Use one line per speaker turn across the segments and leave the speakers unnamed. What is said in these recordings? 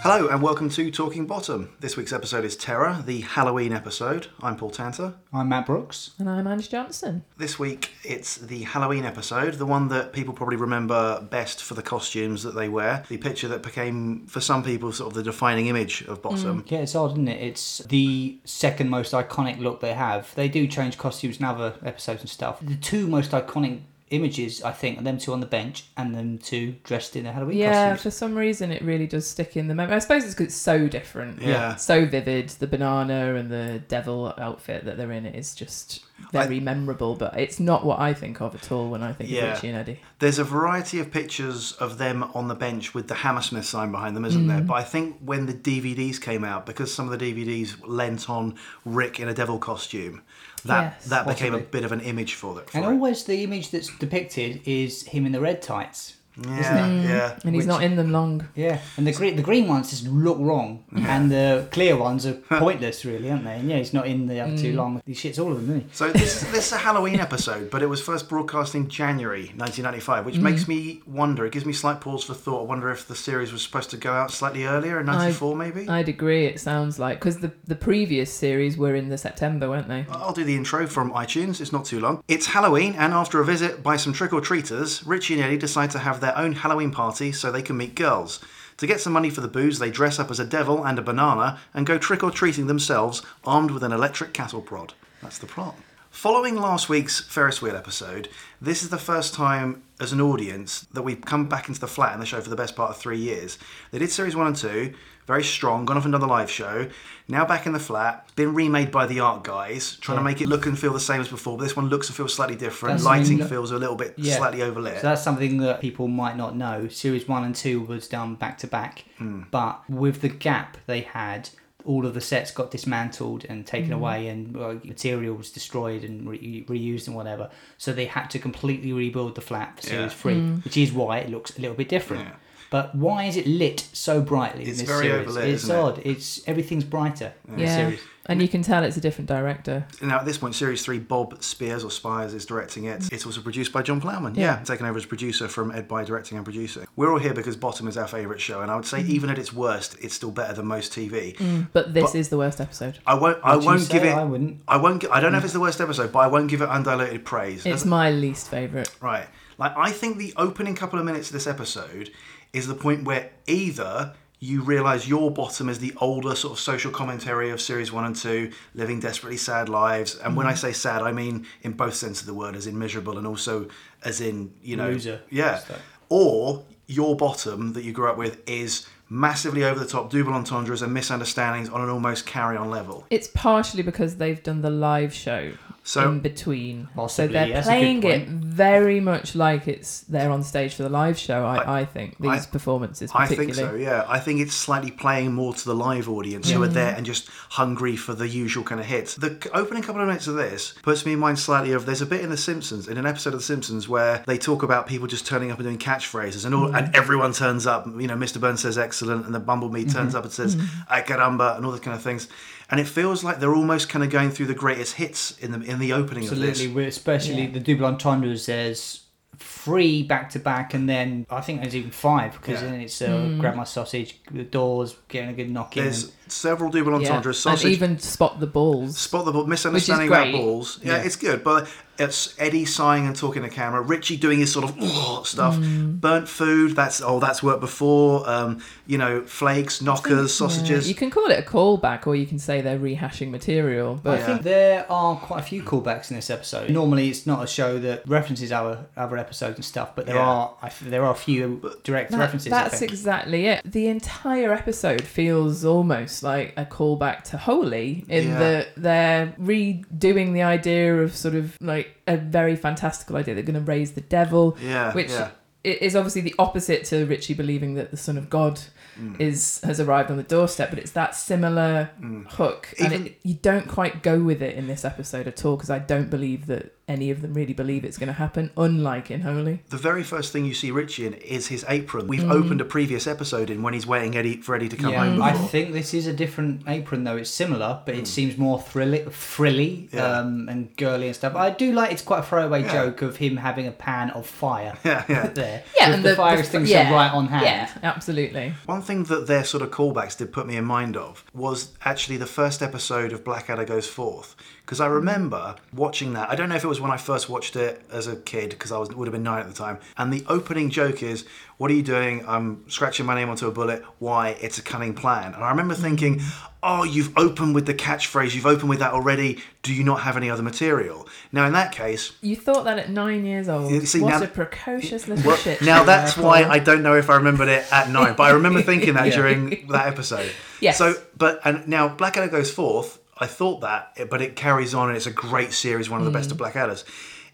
Hello and welcome to Talking Bottom. This week's episode is Terror, the Halloween episode. I'm Paul Tanter.
I'm Matt Brooks.
And I'm Ange Johnson.
This week it's the Halloween episode, the one that people probably remember best for the costumes that they wear, the picture that became, for some people, sort of the defining image of
Mm.
Bottom.
Yeah, it's odd, isn't it? It's the second most iconic look they have. They do change costumes in other episodes and stuff. The two most iconic images, I think, are them two on the bench and them two dressed in their Halloween
yeah,
costumes.
for some reason it really does stick in the memory. I suppose it's 'cause it's so different.
Yeah.
So vivid. The banana and the devil outfit that they're in is just very memorable, but it's not what I think of at all when I think
Yeah.
of Richie and Eddie.
There's a variety of pictures of them on the bench with the Hammersmith sign behind them, isn't there?
Mm.
But I think when the DVDs came out, because some of the DVDs lent on Rick in a devil costume, that
Yes.
that became a
Possibly.
bit of an image for it. For
and
it.
always the image that's depicted is him in the red tights.
yeah, yeah.
Mm. And he's
Which-
not in them long.
Yeah, and the green the green ones just look wrong, and the clear ones are pointless, really, aren't they? And yeah, he's not in the other two long. He shits all of them, doesn't he?
So this this is a Halloween episode, but it was first broadcast in January 1995, which makes me wonder. It gives me slight pause for thought. I wonder if the series was supposed to go out slightly earlier in '94, maybe. I,
I'd agree, it sounds like. Because the, the previous series were in the September, weren't they?
will do the intro from iTunes. It's not too long. It's Halloween, and after a visit by some trick or treaters, Richie and Eddie decide to have their own Halloween party so they can meet girls. To get some money for the booze, they dress up as a devil and a banana and go trick or treating themselves, armed with an electric cattle prod. That's the plot. Following last week's Ferris wheel episode, this is the first time as an audience that we've come back into the flat in the show for the best part of three years. They did series one and two, very strong, gone off and done the live show. Now back in the flat, been remade by the art guys, trying to make it look and feel the same as before, but this one looks and feels slightly different.
That's- I mean,
Lighting
look-
feels a little bit
Yeah.
slightly overlit.
So that's something that people might not know. Series one and two was done back to back,
Hmm.
but with the gap they had, all of the sets got dismantled and taken away, and well, material was destroyed and re- reused and whatever. So they had to completely rebuild the flat for series
Yeah.
three, which is why it looks a little bit different.
Yeah.
But why is it lit so brightly
It's
in this
very
series?
overlit,
it's
isn't it?
odd. It's everything's brighter in this
Yeah.
series.
And you can tell it's a different director.
Now, at this point, Series 3, Bob Spears or Spires is directing it. It's also produced by John Plowman. Yeah. Taken over as producer from Ed By directing and producing. We're all here because Bottom is our favourite show, and I would say, even at its worst, it's still better than most TV.
But this is the worst episode.
I won't, I
Would you
won't
say
give it.
I wouldn't.
I won't. gi- I don't know if it's the worst episode, but I won't give it undiluted praise.
It's my least favourite.
Right. Like I think the opening couple of minutes of this episode is the point where either you realise your bottom is the older sort of social commentary of series one and two, living desperately sad lives. And when I say sad, I mean in both sense of the word, as in miserable and also as in, you know
Loser.
Yeah.
Stuff.
Or your bottom that you grew up with is massively over the top double entendres and misunderstandings on an almost carry on level.
It's partially because they've done the live show
So-
in between.
Possibly,
so they're
that's a good
playing
point.
it very much like it's they're on stage for the live show, I, I, think. These
I-
performances
I
particularly.
think so, yeah. I think it's slightly playing more to the live audience who are
Mm.
there and just hungry for the usual kind of hits. The c- opening couple of minutes of this puts me in mind slightly of there's a bit in The Simpsons, in an episode of The Simpsons, where they talk about people just turning up and doing catchphrases and all,
Mm.
and everyone turns up. You know, Mr. Burns says excellent, and the Bumblebee
Mm-hmm.
turns up and says, "Ay, caramba, and all those kind of things. And it feels like they're almost kind of going through the greatest hits in the in the opening of
Absolutely,
this.
we're- especially the double entendres. There's three back to back, and then I think there's even five because
Yeah.
then it's uh,
Mm.
grab my sausage, the doors, getting a good knock in.
There's several double entendres,
yeah.
sausage
And even spot the balls.
Spot the ball, misunderstanding
Which is
about
great.
balls. Yeah, it's good, but it's Eddie sighing and talking to camera. Richie doing his sort of "Ugh" stuff.
Mm.
Burnt food. That's oh, that's worked before. Um, you know, flakes, knockers, sausages.
Yeah, you can call it a callback or you can say they're rehashing material,
I
but
think there are quite a few callbacks in this episode. Normally, it's not a show that references our other episodes and stuff, but there
Yeah.
are I f there are a few direct
That-
references. I
That's
think.
exactly it. The entire episode feels almost like a callback to Holy in
Yeah.
that they're redoing the idea of sort of like a very fantastical idea. They're going to raise the devil,
Yeah,
which
Uh, yeah.
i- is obviously the opposite to Richie believing that the Son of God
Mm,
is has arrived on the doorstep. But it's that similar hook,
Even-
and it, you don't quite go with it in this episode at all because I don't believe that any of them really believe it's going to happen, unlike in Holy.
The very first thing you see Richie in is his apron. We've
Mm.
opened a previous episode in when he's waiting Eddie for Eddie to come
Yeah,
home.
I
before. Mm.
think this is a different apron though. It's similar, but it seems more thrilly, frilly
Yeah.
um, and girly and stuff. I do like it's quite a throwaway
Yeah.
joke of him having a pan of fire
Yeah, yeah.
there.
Yeah,
With
and
the,
the-
fire
the-
extinguisher
yeah.
right on hand.
Yeah, absolutely.
One thing that their sort of callbacks did put me in mind of was actually the first episode of Blackadder Goes Forth. Because I remember watching that. I don't know if it was when I first watched it as a kid, because I was, would have been nine at the time. And the opening joke is, What are you doing? I'm scratching my name onto a bullet. Why? It's a cunning plan. And I remember thinking, Oh, you've opened with the catchphrase, you've opened with that already. Do you not have any other material? Now, in that case,
You thought that at nine years old.
You see,
what
now-
a precocious little
well,
shit.
now
show
that's
there,
why
Paul.
I don't know if I remembered it at nine, but I remember thinking that
Yeah.
during that episode.
Yes.
So, but and now Blackadder goes forth. I thought that, but it carries on, and it's a great series, one of the best of Blackadders.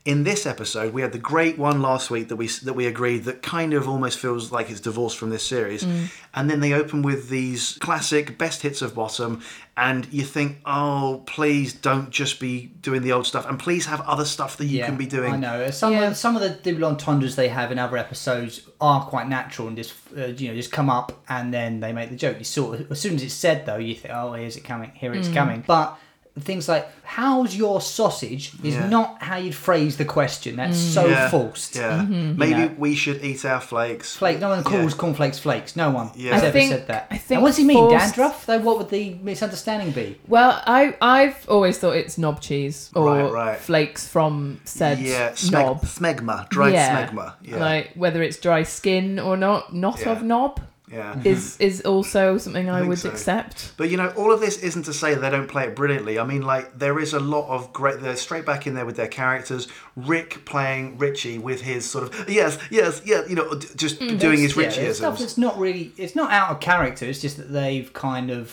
In this episode, we had the great one last week that we that we agreed that kind of almost feels like it's divorced from this series, and then they open with these classic best hits of Bottom, and you think, oh, please don't just be doing the old stuff, and please have other stuff that you
Yeah,
can be doing.
I know some
Yeah.
of some of the double entendres they have in other episodes are quite natural and just uh, you know just come up and then they make the joke. You sort of as soon as it's said though, you think, oh, here's it coming, here
Mm.
it's coming. But things like "How's your sausage?" is
Yeah.
not how you'd phrase the question. That's
Mm.
so
Yeah,
forced.
Yeah. Maybe
You know.
we should eat our flakes.
Flake. No one calls
Yeah.
cornflakes flakes. No one
Yeah.
has
I
ever
think-
said that.
I think
and what's he mean?
forced-
Dandruff? Though, what would the misunderstanding be?
Well, I I've always thought it's knob cheese or
Right, right.
flakes from said
Yeah, smeg-
knob.
smegma, dried
Yeah.
smegma. Yeah,
Like whether it's dry skin or not, not
Yeah.
of knob
yeah.
is is also something I,
think
would
so.
accept.
But you know, all of this isn't to say they don't play it brilliantly. I mean, like there is a lot of great. They're straight back in there with their characters. Rick playing Richie with his sort of yes, yes, yeah. You know, d- just doing his
It's- Mm, yeah, there's stuff
Richieisms.
that's not really it's not out of character it's just that they've kind of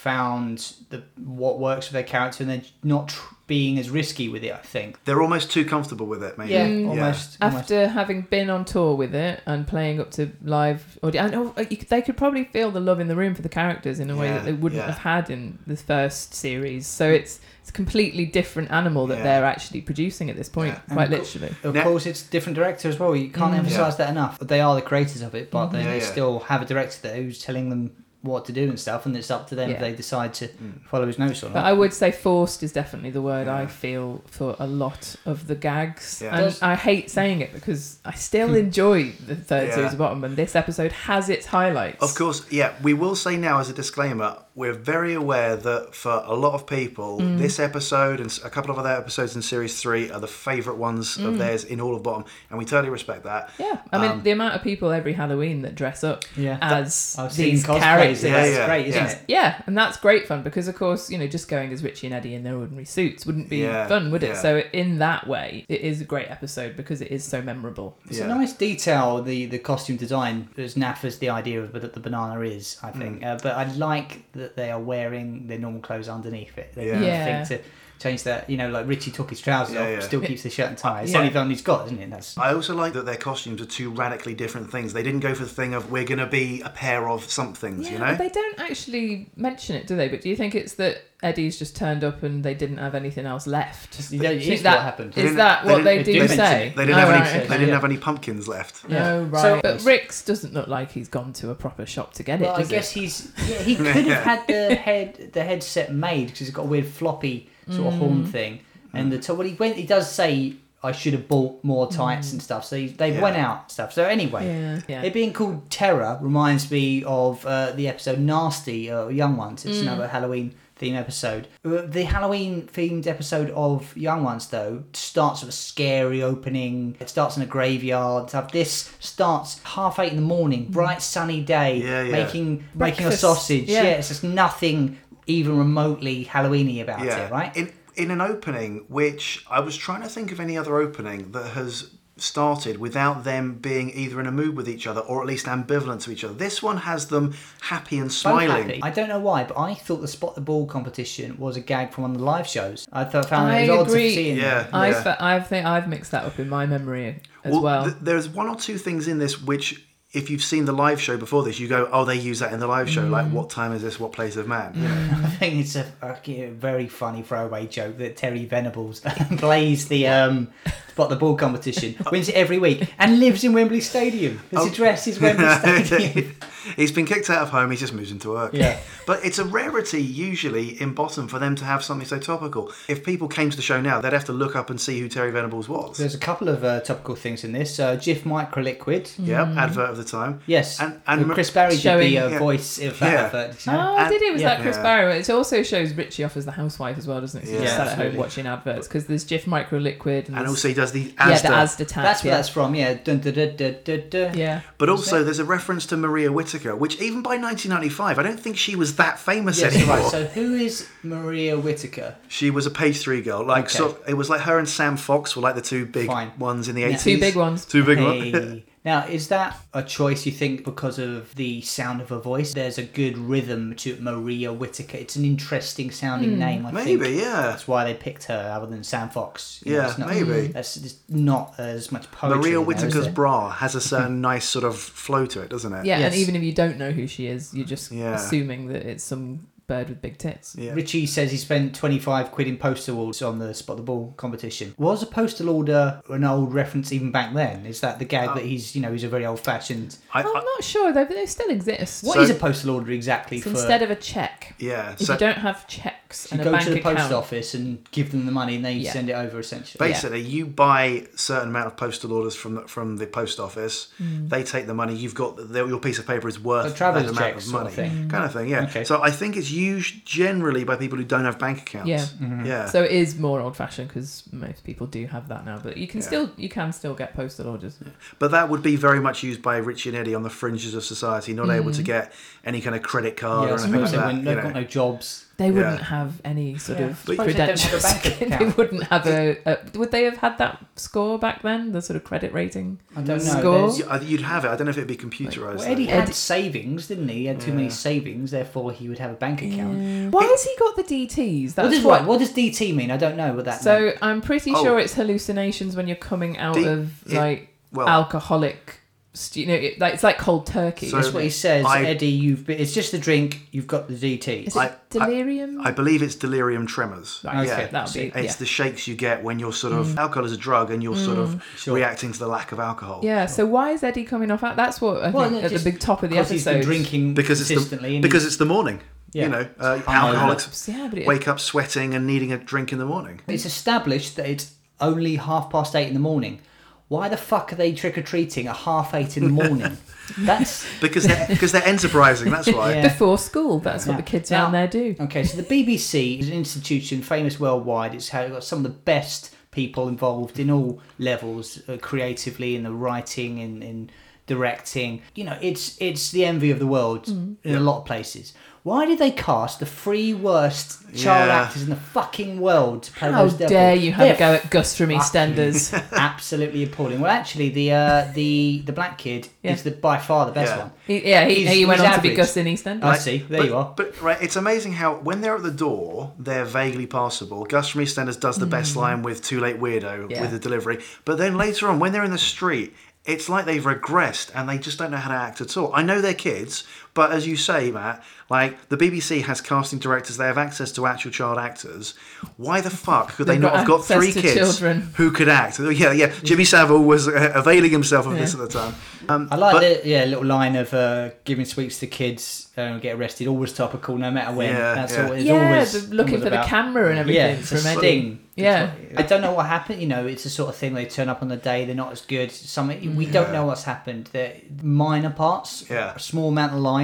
found the what works for their character and they're not tr- being as risky with it i think
They're almost too comfortable with it, maybe.
yeah
Yeah.
Mm, almost almost
Mm. After having been on tour with it and playing up to live audience, and oh, you could, they could probably feel the love in the room for the characters in a way
Yeah,
that they wouldn't
yeah. Mm.
have had in the first series. So it's it's a completely different animal that
Yeah.
they're actually producing at this point,
Yeah.
And
quite
co-
literally.
of
Now-
course it's different director as well you
Mm.
can't emphasize that enough but they are the creators of it but they,
Yeah,
they
yeah.
still have a director there who's telling them what to do and stuff and it's up to them if
Yeah.
they decide to
Mm.
follow his notes or
But
not
I would say forced is definitely the word I feel for a lot of the gags.
Yeah. Hmm.
And
Does-
I hate saying it because I still enjoy the third
Yeah.
series of Bottom, and this episode has its highlights.
Of course, yeah, we will say now as a disclaimer, we're very aware that for a lot of people, this episode and s- a couple of other episodes in series three are the favourite ones of theirs in all of Bottom, and we totally respect that.
Yeah. I
Um,
mean, the amount of people every Halloween that dress up
Yeah.
as
i've seen
these
cosplays
characters.
Yeah,
yeah,
yeah,
it's great isn't
yeah.
it
Yeah, and that's great fun because, of course, you know, just going as Richie and Eddie in their ordinary suits wouldn't be
Yeah,
fun, would it?
yeah.
So, in that way, it is a great episode because it is so memorable.
It's
Yeah.
a nice detail, the, the costume design, as naff as the idea of that the banana is, I
Hmm.
think. Uh, but I like that they are wearing their normal clothes underneath it. They
Yeah.
don't
Yeah.
think to change that. You know, like Richie took his trousers
Yeah,
off,
yeah.
still keeps the shirt and tie. It's
Yeah.
the only one he's got, isn't it? That's
I also like that their costumes are two radically different things. They didn't go for the thing of we're going to be a pair of somethings,
Yeah,
you
but
know?
they don't actually mention it, do they? But do you think it's that Eddie's just turned up and they didn't have anything else left?
you know, it
Do you
is
think that-
what happened.
They
Is
didn't-
that
they
what they,
didn't-
they
do
didn't
say?
mention
They didn't
Oh,
have any.
right, okay.
They didn't
yeah.
have any pumpkins left.
No,
Yeah. So-
right. but Rick's doesn't look like he's gone to a proper shop to get it.
Well, I
does
guess he's yeah, he could have had the head the headset made because it's got a weird floppy sort of horn thing
Hmm.
and the top. Well, he went. He does say I should have bought more tights and stuff. So he, they
Yeah.
went out and stuff. So anyway,
Yeah. Yeah.
it being called Terror reminds me of uh, the episode Nasty, uh, Young Ones.
Mm.
It's another Halloween theme episode. Uh, The Halloween themed episode of Young Ones though starts with a scary opening. It starts in a graveyard. and stuff. This starts half eight in the morning, bright sunny day,
Yeah, yeah.
making making a
Mm. Breakfast.
sausage. Yeah.
Yeah.
it's just nothing even remotely Halloweeny about it, right?
In in an opening which I was trying to think of any other opening that has started without them being either in a mood with each other or at least ambivalent to each other. This one has them happy and
Both
smiling.
happy. I don't know why, but I thought the spot the ball competition was a gag from one of the live shows. I thought found
I
it was odd
agree.
to see. in
Yeah.
there.
I, fe- I think I've mixed that up in my memory as well.
th- there's one or two things in this which if you've seen the live show before this, you go, oh, they use that in the live show.
Mm.
Like, what time is this? What place of man? You know?
I think it's a fucking very funny throwaway joke that Terry Venables plays the um, spot the ball competition, wins it every week, and lives in Wembley Stadium. His
Oh.
address is Wembley Stadium.
He's been kicked out of home. He just moves into work.
Yeah.
But it's a rarity usually in Bottom for them to have something so topical. If people came to the show now, they'd have to look up and see who Terry Venables was.
There's a couple of uh, topical things in this. Uh, GIF microliquid.
Yep, advert of the time.
Yes,
And-
and,
and Mar-
Chris Barry should
Mm. Showing-
be a
Yeah.
voice of that
Yeah.
advert. you know?
Oh,
And-
I did it was
yeah.
that Chris
Yeah.
Barry. It also shows Richie off as the housewife as well, doesn't it? So
Yeah,
just sat at
absolutely.
home watching adverts because there's Jif Micro Liquid and,
And
there's-
also he does the
yeah,
Asda.
the Asda tap.
That's where
yeah.
that's from. Yeah. Dun, dun, dun, dun, dun, dun.
yeah.
But also there's a reference to Maria Whittaker, which even by 1995, I don't think she was that famous
Yes,
anymore.
right. So who is Maria Whitaker?
She was a page three girl. Like
Okay.
so, it was like her and Sam Fox were like the two big
Fine.
ones in the
Yeah.
eighties.
Two big ones.
Two big ones.
Hey. Now, is that a choice you think because of the sound of her voice? There's a good rhythm to Maria Whitaker. It's an interesting sounding name, I think.
Maybe, yeah.
That's why they picked her, other than Sam Fox.
Yeah,
it's
maybe.
That's it's not as much poetry. in
Maria
there, is
Whittaker's
there?
bra has a certain nice sort of flow to it, doesn't it?
Yeah,
Yes.
and even if you don't know who she is, you're just
Yeah.
assuming that it's some bird with big tits.
Yeah.
Richie says he spent 25 quid in postal orders on the spot the ball competition. Was a postal order an old reference even back then? Is that the
Uh,
gag that he's, you know, he's a very old fashioned.
I,
I'm
I,
not sure though, but they still exist.
What
So-
is a postal order exactly
It's
for?
instead of a check,
yeah.
if
So
you don't have checks
you
and a
go
bank
to the
account,
post office and give them the money and they
Yeah.
send it over essentially.
basically, you buy certain amount of postal orders from the, from the post office.
Hmm.
They take the money. You've got the, your piece of paper is worth
A traveller's
that
check
amount of
sort
money,
of thing.
kind of thing. Yeah.
Okay.
So I think it's used generally by people who don't have bank accounts.
Yeah.
Mm-hmm.
Yeah.
so it is more old fashioned because most people do have that now. But you can still you can still get postal orders.
But that would be very much used by Richie and Eddie on the fringes of society, not able
Mm-hmm.
to get any kind of credit card
Yeah, I
or anything like
suppose they
that.
wouldn't- they've
you
got
know.
no jobs.
They
Yeah.
wouldn't have any sort
Yeah.
of
But- Suppose they don't have a
credentials.
bank
they
account.
wouldn't have a, a. Would they have had that score back then? The sort of credit rating.
I don't know.
Score?
there's-
Yeah, I- You'd have it. I don't know if it'd be computerized.
Well,
though.
Eddie had
Eddie-
savings, didn't he? He had too many savings, therefore he would have a bank account.
Why has he got the DTS?
What does what? What does DT mean? I don't know what that. meant.
So I'm pretty
Oh.
sure it's hallucinations when you're coming out
D-
of
it-
like
well-
alcoholic. st- You know, it, like, it's like cold turkey.
So-
that's what he says.
I-
Eddie, you've been, it's just the drink. You've got the DT.
Is it
I- I-
delirium?
I believe it's delirium tremens.
Right,
yeah.
okay, Mm.
That'll be
It's
yeah.
the shakes you get when you're sort of alcohol is a drug and you're sort of
Sure.
reacting to the lack of alcohol.
yeah. So why is Eddie coming off? Out? That's what I
Well,
think
no,
at the
just
big top of the
because
episode.
he's been drinking
because it's
consistently.
the
and
because it's the morning.
Yeah.
You know, uh,
hungover.
alcoholics
Yeah, but it,
wake up sweating and needing a drink in the morning.
it's established that it's only half past eight in the morning. Why the fuck are they trick or treating at half eight in the morning? that's
Because they're, because they're enterprising. That's why.
Yeah.
before school. That's what
Yeah. Oh,
the kids
Now-
down there do.
Okay, so the BBC is an institution famous worldwide. It's had- got some of the best people involved in all levels, uh, creatively in the writing in, in directing. You know, it's it's the envy of the world
Mm.
in a lot of places. Why did they cast the three worst child
Yeah.
actors in the fucking world to play
How
those devils?
dare you have
They're
a go at Gus
Ah,
from
fucking-
EastEnders?
Absolutely appalling. Well, actually, the uh, the the black kid
Yeah.
is the by far the best
Yeah.
one.
He- yeah, he,
He's-
he went
he's
on to be
average.
Gus in EastEnders.
I see. There
but,
you are.
But right, it's amazing how when they're at the door, they're vaguely passable. Gus from EastEnders does the best line with "Too Late Weirdo"
Hmm. Yeah.
with the delivery, but then later on, when they're in the street, it's like they've regressed and they just don't know how to act at all. I know they're kids, but as you say, Matt, like the BBC has casting directors, they have access to actual child actors. Why the fuck could they
They've
not
got
have got
access
three
to
kids
children.
who could act? Yeah, yeah. Jimmy Savile was uh, availing himself of this at
Yeah.
the time. Um,
I like
But-
the yeah little line of uh, giving sweets to kids uh, get arrested. Always topical, no matter when.
Yeah,
That's
yeah.
all. It's
yeah,
always
the, looking
always
for
about-
the camera and everything
Yeah, it's a
from Eddie.
sting.
Yeah.
I don't know what happened. You know, it's the sort of thing they turn up on the day. They're not as good. Something we don't know what's happened. They're minor parts.
Yeah.
Small amount of lines.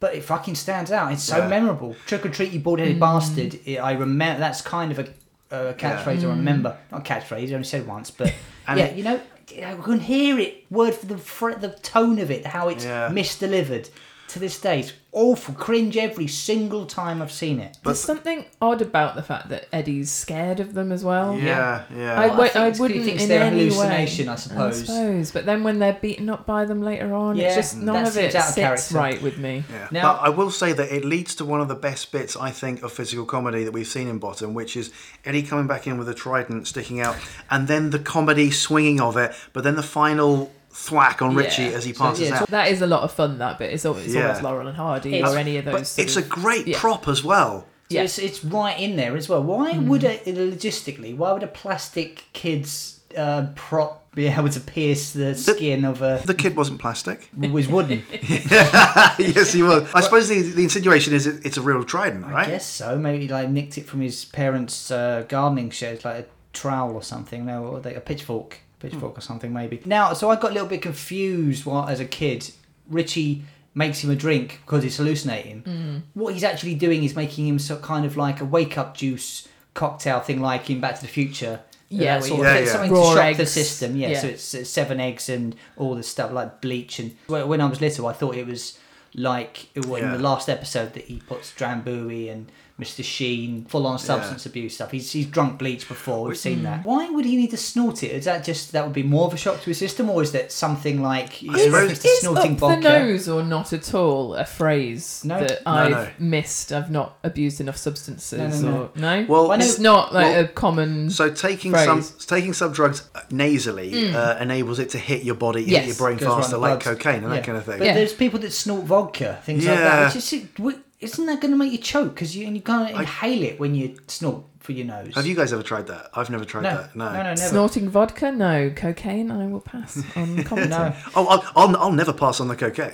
But it fucking stands out. It's so
Yeah.
memorable. Trick or treat, you
Mm.
bald-headed bastard. It, I remember. That's kind of a, a catchphrase
Mm.
I remember. Not a catchphrase. I only said once, but
And
yeah,
it-
you know, I can hear it word for the for the tone of it, how it's
Yeah.
misdelivered. To this day, it's awful. Cringe every single time I've seen it.
There's something odd about the fact that Eddie's scared of them as well.
Yeah, yeah.
Well, I
I, w-
think
I
it's 'cause he
wouldn't
thinks
in
they're a
any
hallucination,
way.
I suppose.
suppose, but then when they're beaten up by them later on,
Yeah,
it's just none
that
of it
seems out of
sits
character.
right with me.
Yeah.
Now-
but I will say that it leads to one of the best bits I think of physical comedy that we've seen in Bottom, which is Eddie coming back in with a trident sticking out, and then the comedy swinging of it, but then the final thwack on Richie
Yeah.
as he
So,
passes
yeah, so
out.
that is a lot of fun. That bit. It's always, it's
Yeah.
always Laurel and Hardy
It's-
or any of those.
But
sort
it's a
of-
great
yeah.
prop as well.
So it's, it's right in there as well. Why would a logistically? Why would a plastic kid's uh, prop be able to pierce the, skin of a
The kid wasn't plastic.
was wooden?
yes, he was. I suppose the, the insinuation is it, it's a real trident,
I
right?
guess so. Maybe he, like nicked it from his parents' uh, gardening shed, like a trowel or something. No, or they, a pitchfork,
Hmm.
pitchfork or something maybe. Now, so I got a little bit confused while as a kid. Richie makes him a drink because he's hallucinating.
Hmm.
What he's actually doing is making him so kind of like a wake up juice cocktail thing, like in Back to the Future.
Yeah,
That sort
yeah,
of thing.
yeah.
something to
Raw
shock the
eggs.
system. Yeah,
Yeah.
so it's, it's seven eggs and all this stuff like bleach. And when when I was little, I thought it was like it was in
Yeah.
the last episode that he puts Drambuie and Mr. Sheen full on substance abuse stuff. He's, he's drunk bleach before. We've seen that. Why would he need to snort it? Is that just that would be more of a shock to his system, or is that something like you know,
It's-
Mr.
it's
Is
snorting
up the
vodka?
nose or not at all a phrase
No.
that
No,
I've
no.
missed? I've not abused enough substances
No, no,
or no.
Well,
Why
it's not like
well,
a common.
So taking
Phrase.
some taking some drugs nasally uh, enables it to hit your body, hit
Yes,
your brain
goes around
faster,
the
like
bugs.
cocaine and
Yeah.
that kind of thing.
But
Yeah.
there's people that snort vodka, things like that.
Yeah.
It's just, it- w- isn't that going to make you choke? Because you and you can't inhale it when you snort for your nose.
Have you guys ever tried that? I've never tried
No,
that.
no, no, never.
Snorting vodka? No. Cocaine? I will pass on commenting.
no.
Oh, I'll, I'll, I'll never pass on the cocaine.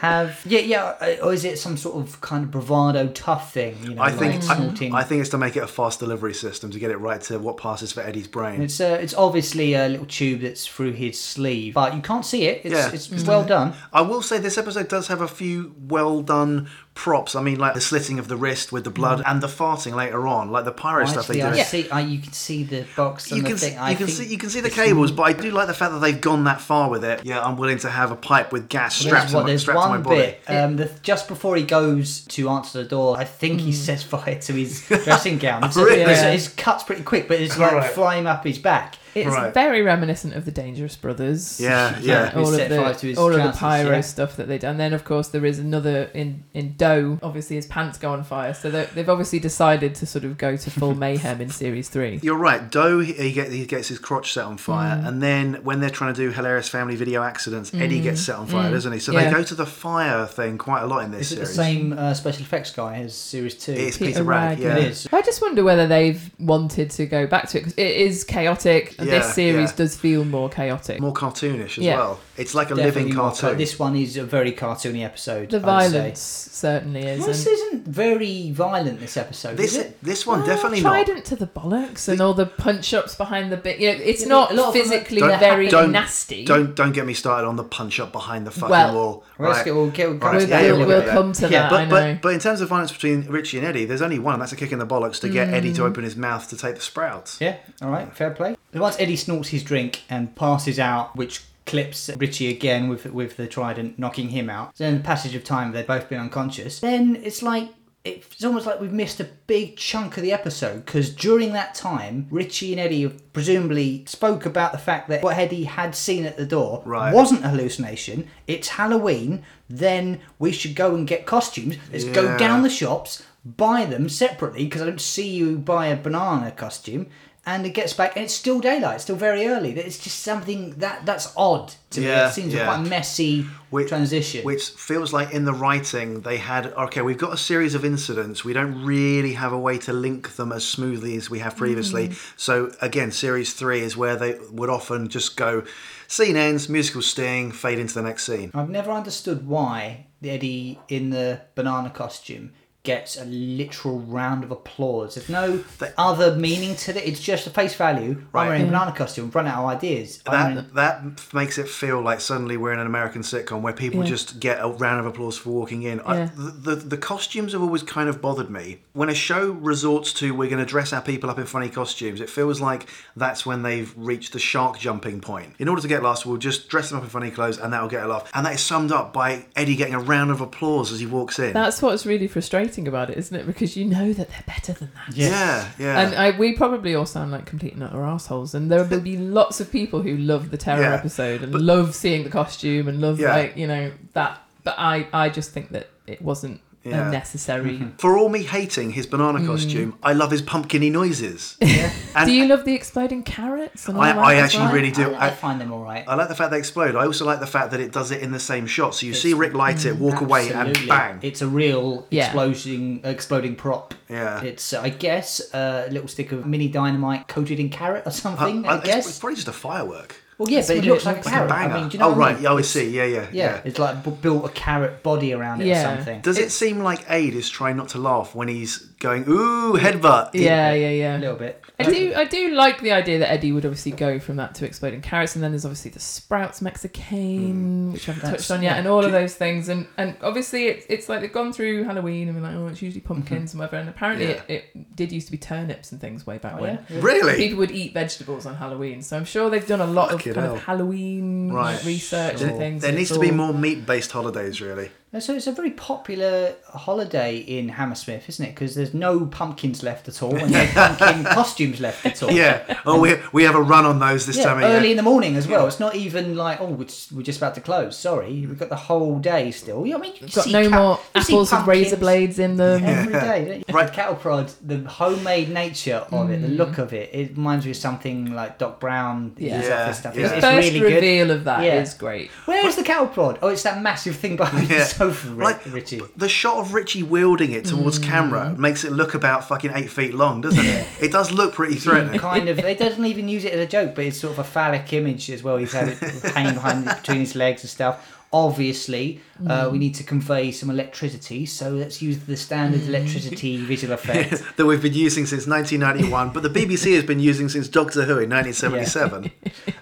Have yeah, yeah, uh, or is it some sort of kind of bravado tough thing? You know,
I think
like snorting.
I, I think it's to make it a fast delivery system to get it right to what passes for Eddie's brain.
It's uh, it's obviously a little tube that's through his sleeve, but you can't see it. It's,
Yeah.
it's well done.
I will say this episode does have a few well done props. I mean, like the slitting of the wrist with the blood and the farting later on, like the pyro stuff they
Mm. Actually,
do.
I see. I, you can see the box. And
You
the
can,
thing.
see-
I
you can
think
see you can see the cables, but I do like the fact that they've gone that far with it. Yeah, I'm willing to have a pipe with gas
there's
strapped, to,
one-
my,
there's
strapped to my
one
body.
bit um, the, just before he goes to answer the door. I think he sets fire to his dressing gown. So
Really?
it's,
Yeah.
it's cuts pretty quick, but it's like
Right.
flying up his back.
It's
Right.
very reminiscent of the Dangerous Brothers. Uh,
Yeah, yeah.
all
He
of
set fire to
the
his
all of the
trousers,
pyro
yeah.
stuff that they done. Then of course there is another in in Doe. Obviously his pants go on fire, so they- they've obviously decided to sort of go to full mayhem in series three.
You're right. Doe he, he get, he gets his crotch set on fire,
Mm.
and then when they're trying to do hilarious family video accidents, Eddie gets
Mm.
set on fire, doesn't he? So they
Yeah.
go to the fire thing quite a lot in this
Is it the
series.
same uh, special effects guy as series two?
It's Peter,
Peter
Rag.
Rag,
Yeah.
It is.
I just wonder whether they've wanted to go back to it because it is chaotic. and
Yeah,
this series
yeah.
does feel more chaotic.
More cartoonish as
Yeah.
well. It's like a living
Definitely more
cartoon.
car- This one is a very cartoony episode.
the
I would say.
violence certainly is.
Well, This
and-
isn't very violent. This episode.
This
is it? Oh,
this one
Well,
definitely not.
trident to the bollocks and all the punch ups behind the bit. You know, it's
Yeah,
not
a lot of them are-
physically
Don't-
very
don't-
nasty.
Don't don't get me started on the punch up behind the fucking
Well,
wall.
Well, let's
Right.
get- we'll get- we'll
Right,
come to
yeah,
We'll,
that a
we'll,
yeah,
little
we'll
bit.
come to
Yeah,
that. I
but,
know.
but but in terms of violence between Richie and Eddie, there's only one, and that's a kick in the bollocks to get Eddie to
Mm.
open his mouth to take the sprouts.
Yeah, all right, fair play. And Once Eddie snorts his drink and passes out, which clips Richie again with with the trident, knocking him out. Then the passage of time, they've both been unconscious. Then it's like. It's almost like we've missed a big chunk of the episode because during that time, Richie and Eddie presumably spoke about the fact that what Eddie had seen at the door
Right.
wasn't a hallucination. It's Halloween. Then we should go and get costumes. Let's go
Yeah.
down the shops, buy them separately because I don't see you buy a banana costume. And it gets back, and it's still daylight, it's still very early. But It's just something that that's odd to me.
Yeah,
It seems
yeah.
quite a messy
Which-
transition.
Which feels like in the writing they had okay, we've got a series of incidents. We don't really have a way to link them as smoothly as we have previously. So again, series three is where they would often just go scene ends, musical sting, fade into the next scene.
I've never understood why the Eddie in the banana costume gets a literal round of applause. There's no other meaning to it. It's just a face value.
Right.
I'm wearing a banana costume. Run out of ideas. I'm wearing-
That that makes it feel like suddenly we're in an American sitcom where people just get a round of applause for walking in. I,
Yeah.
the, the the costumes have always kind of bothered me. When a show resorts to we're going to dress our people up in funny costumes, it feels like that's when they've reached the shark jumping point. In order to get laughs, we'll just dress them up in funny clothes, and that'll get a laugh. And that is summed up by Eddie getting a round of applause as he walks in.
That's what's really frustrating about it, isn't it? Because you know that they're better than that.
yeah, yeah.
And uh, I, we probably all sound like complete and utter assholes, and there will be lots of people who love the terror
Yeah,
episode and
but-
love seeing the costume and love
Yeah.
like you know that. But I, I just think that it wasn't
Yeah. Mm-hmm.
unnecessary.
For all me hating his banana costume, I love his pumpkiny noises. And
Hmm. Do you love the exploding carrots? And all
I,
that
I
as
actually
well?
really do.
I, I
I,
find them all right.
I like the fact they explode. I also like the fact that it does it in the same shot. So you see
It's-
Rick light it, walk away, and
Absolutely.
bang.
It's a real
Yeah.
exploding exploding prop.
Yeah.
It's I guess a little stick of mini dynamite coated in carrot or
Uh,
something.
uh,
I
it's, it's
guess.
probably just a firework.
Well, yeah, but it
what
looks
it
like a
looks like.
carrot.
Banger.
I mean, do you know
oh,
what I
right.
mean?
Yeah, I
It's-
see. Yeah, yeah,
Yeah,
yeah.
it's like b- built a carrot body around it
Yeah.
or something.
Does it seem like Aid is trying not to laugh when he's going, ooh, headbutt?
Yeah, yeah, yeah.
A little bit.
I do, I do like the idea that Eddie would obviously go from that to exploding carrots, and then there's obviously the sprouts Mexican, which I haven't
Mm. That's-
touched on yet, and all of those things, and and obviously it's it's like they've gone through Halloween and been like, oh, it's
Mm-hmm.
usually pumpkins and whatever, and apparently it, it did used to be turnips and things way back
Oh,
when.
yeah.
Really?
People would eat vegetables on Halloween, so I'm sure they've done a lot
Fucking
of kind
hell.
of Halloween
Right.
research
There-
and things.
there
and
needs
it's
to be
all-
more meat based holidays, really.
And Uh, So it's a very popular holiday in Hammersmith, isn't it? Because there's no pumpkins left at all, and no pumpkin costumes left at all.
Yeah. Oh, we, we have a run on those this
Yeah,
time of
early
year.
in the morning as well. It's not even like oh, we're just, we're just about to close. Sorry, we've got the whole day still. Yeah, I mean, you
Got
see
no
cat-
more
you see
apples with razor
pumpkins
blades in them.
every day, don't you?
Right.
The cattle prod, the homemade nature of it, the look of it, it reminds me of something like Doc Brown.
Yeah.
his
Yeah,
office stuff.
yeah.
It's,
The
it's
first
really good.
reveal of that is
Yeah.
great.
Where is the cattle prod? Oh, it's that massive thing behind
Yeah.
the sofa, Ri-
Like,
Richie.
The shot of Richie wielding it
Hmm.
towards camera makes it look about fucking eight feet long, doesn't it? It does look pretty threatening.
kind of. They doesn't even use it as a joke, but it's sort of a phallic image as well. He's had it hanging behind between his legs and stuff. Obviously, uh, we need to convey some electricity, so let's use the standard electricity visual effect.
that we've been using since 1991, but the BBC has been using since Doctor Who in 1977.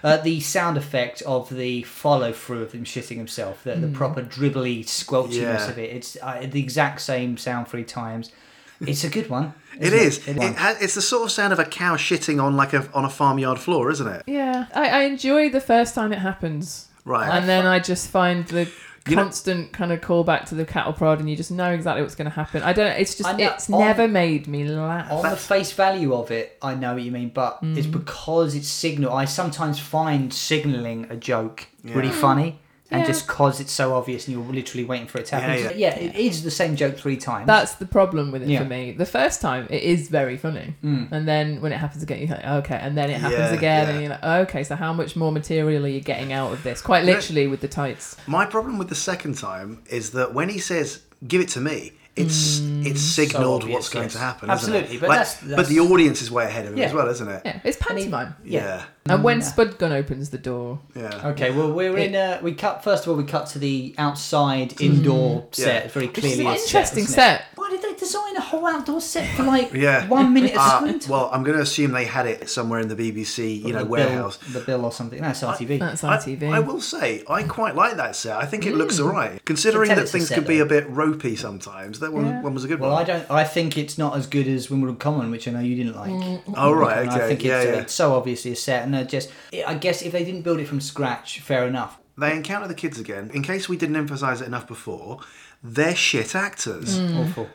Uh, the sound effect of the follow through of him shitting himself, the, the proper dribbly
Hmm.
squelchiness
Yeah.
of it. It's uh, the exact same sound three times. It's a good one.
It
isn't
is.
Good
It
one.
ha- it's the sort of sound of a cow shitting on like a on a farmyard floor, isn't it?
Yeah, I, I enjoy the first time it happens,
Uh,
Right.
and then I just find the
You know-
constant kind of callback to the cattle prod, and you just know exactly what's going to happen. I don't. It's
I
just
know-
it's
on-
never made me laugh.
on the face value of it, I know what you mean, but
Hmm.
it's because it's signal. I sometimes find signaling a joke really funny, and
Yeah.
just because it's so obvious and you're literally waiting for it to happen.
Yeah,
Yeah, it is the same joke three times.
That's the problem with it
Yeah.
for me. The first time it is very funny, and then when it happens again, you're like, okay, and then it happens
Yeah,
again,
yeah.
and you're like, okay, so how much more material are you getting out of this? Quite
Yeah.
literally with the tights.
My problem with the second time is that when he says "Give it to me," it's it's signalled
Mm, obvious,
what's going
yes.
to happen. isn't
Absolutely,
it?
but
Like,
that's-
but
that's-
the audience is way ahead of it
Yeah.
as well, isn't it?
Yeah, it's pantomime.
Yeah.
and when
Yeah.
Spud Gun opens the door,
Yeah.
Okay, well we're in a we cut first of all we cut to the outside indoor set
Hmm. Yeah.
very
which is
clearly
an
a
interesting
isn't it?
set.
Why did they design a whole outdoor set for like
Yeah.
one minute of
Uh,
screen time?
well, I'm going to assume they had it somewhere in the BBC, you know,
the
warehouse.
bill, the bill or something. That's RTV.
That's
I,
ITV.
I will say, I quite like that set. I think it looks alright, considering
Pretend
that
Mm. it's a
things
set,
could be
though.
a bit ropey sometimes. That one,
Yeah.
one was a good
Well, I
one.
don't. I think it's not as good as Wimbledon Common, which I know you didn't like.
Oh, right,
And
okay,
I think
yeah,
it's, uh,
yeah.
it's so obviously a set, and I just, I guess if they didn't build it from scratch, fair enough.
They encounter the kids again. In case we didn't emphasise it enough before, they're shit actors.
Awful. Uh,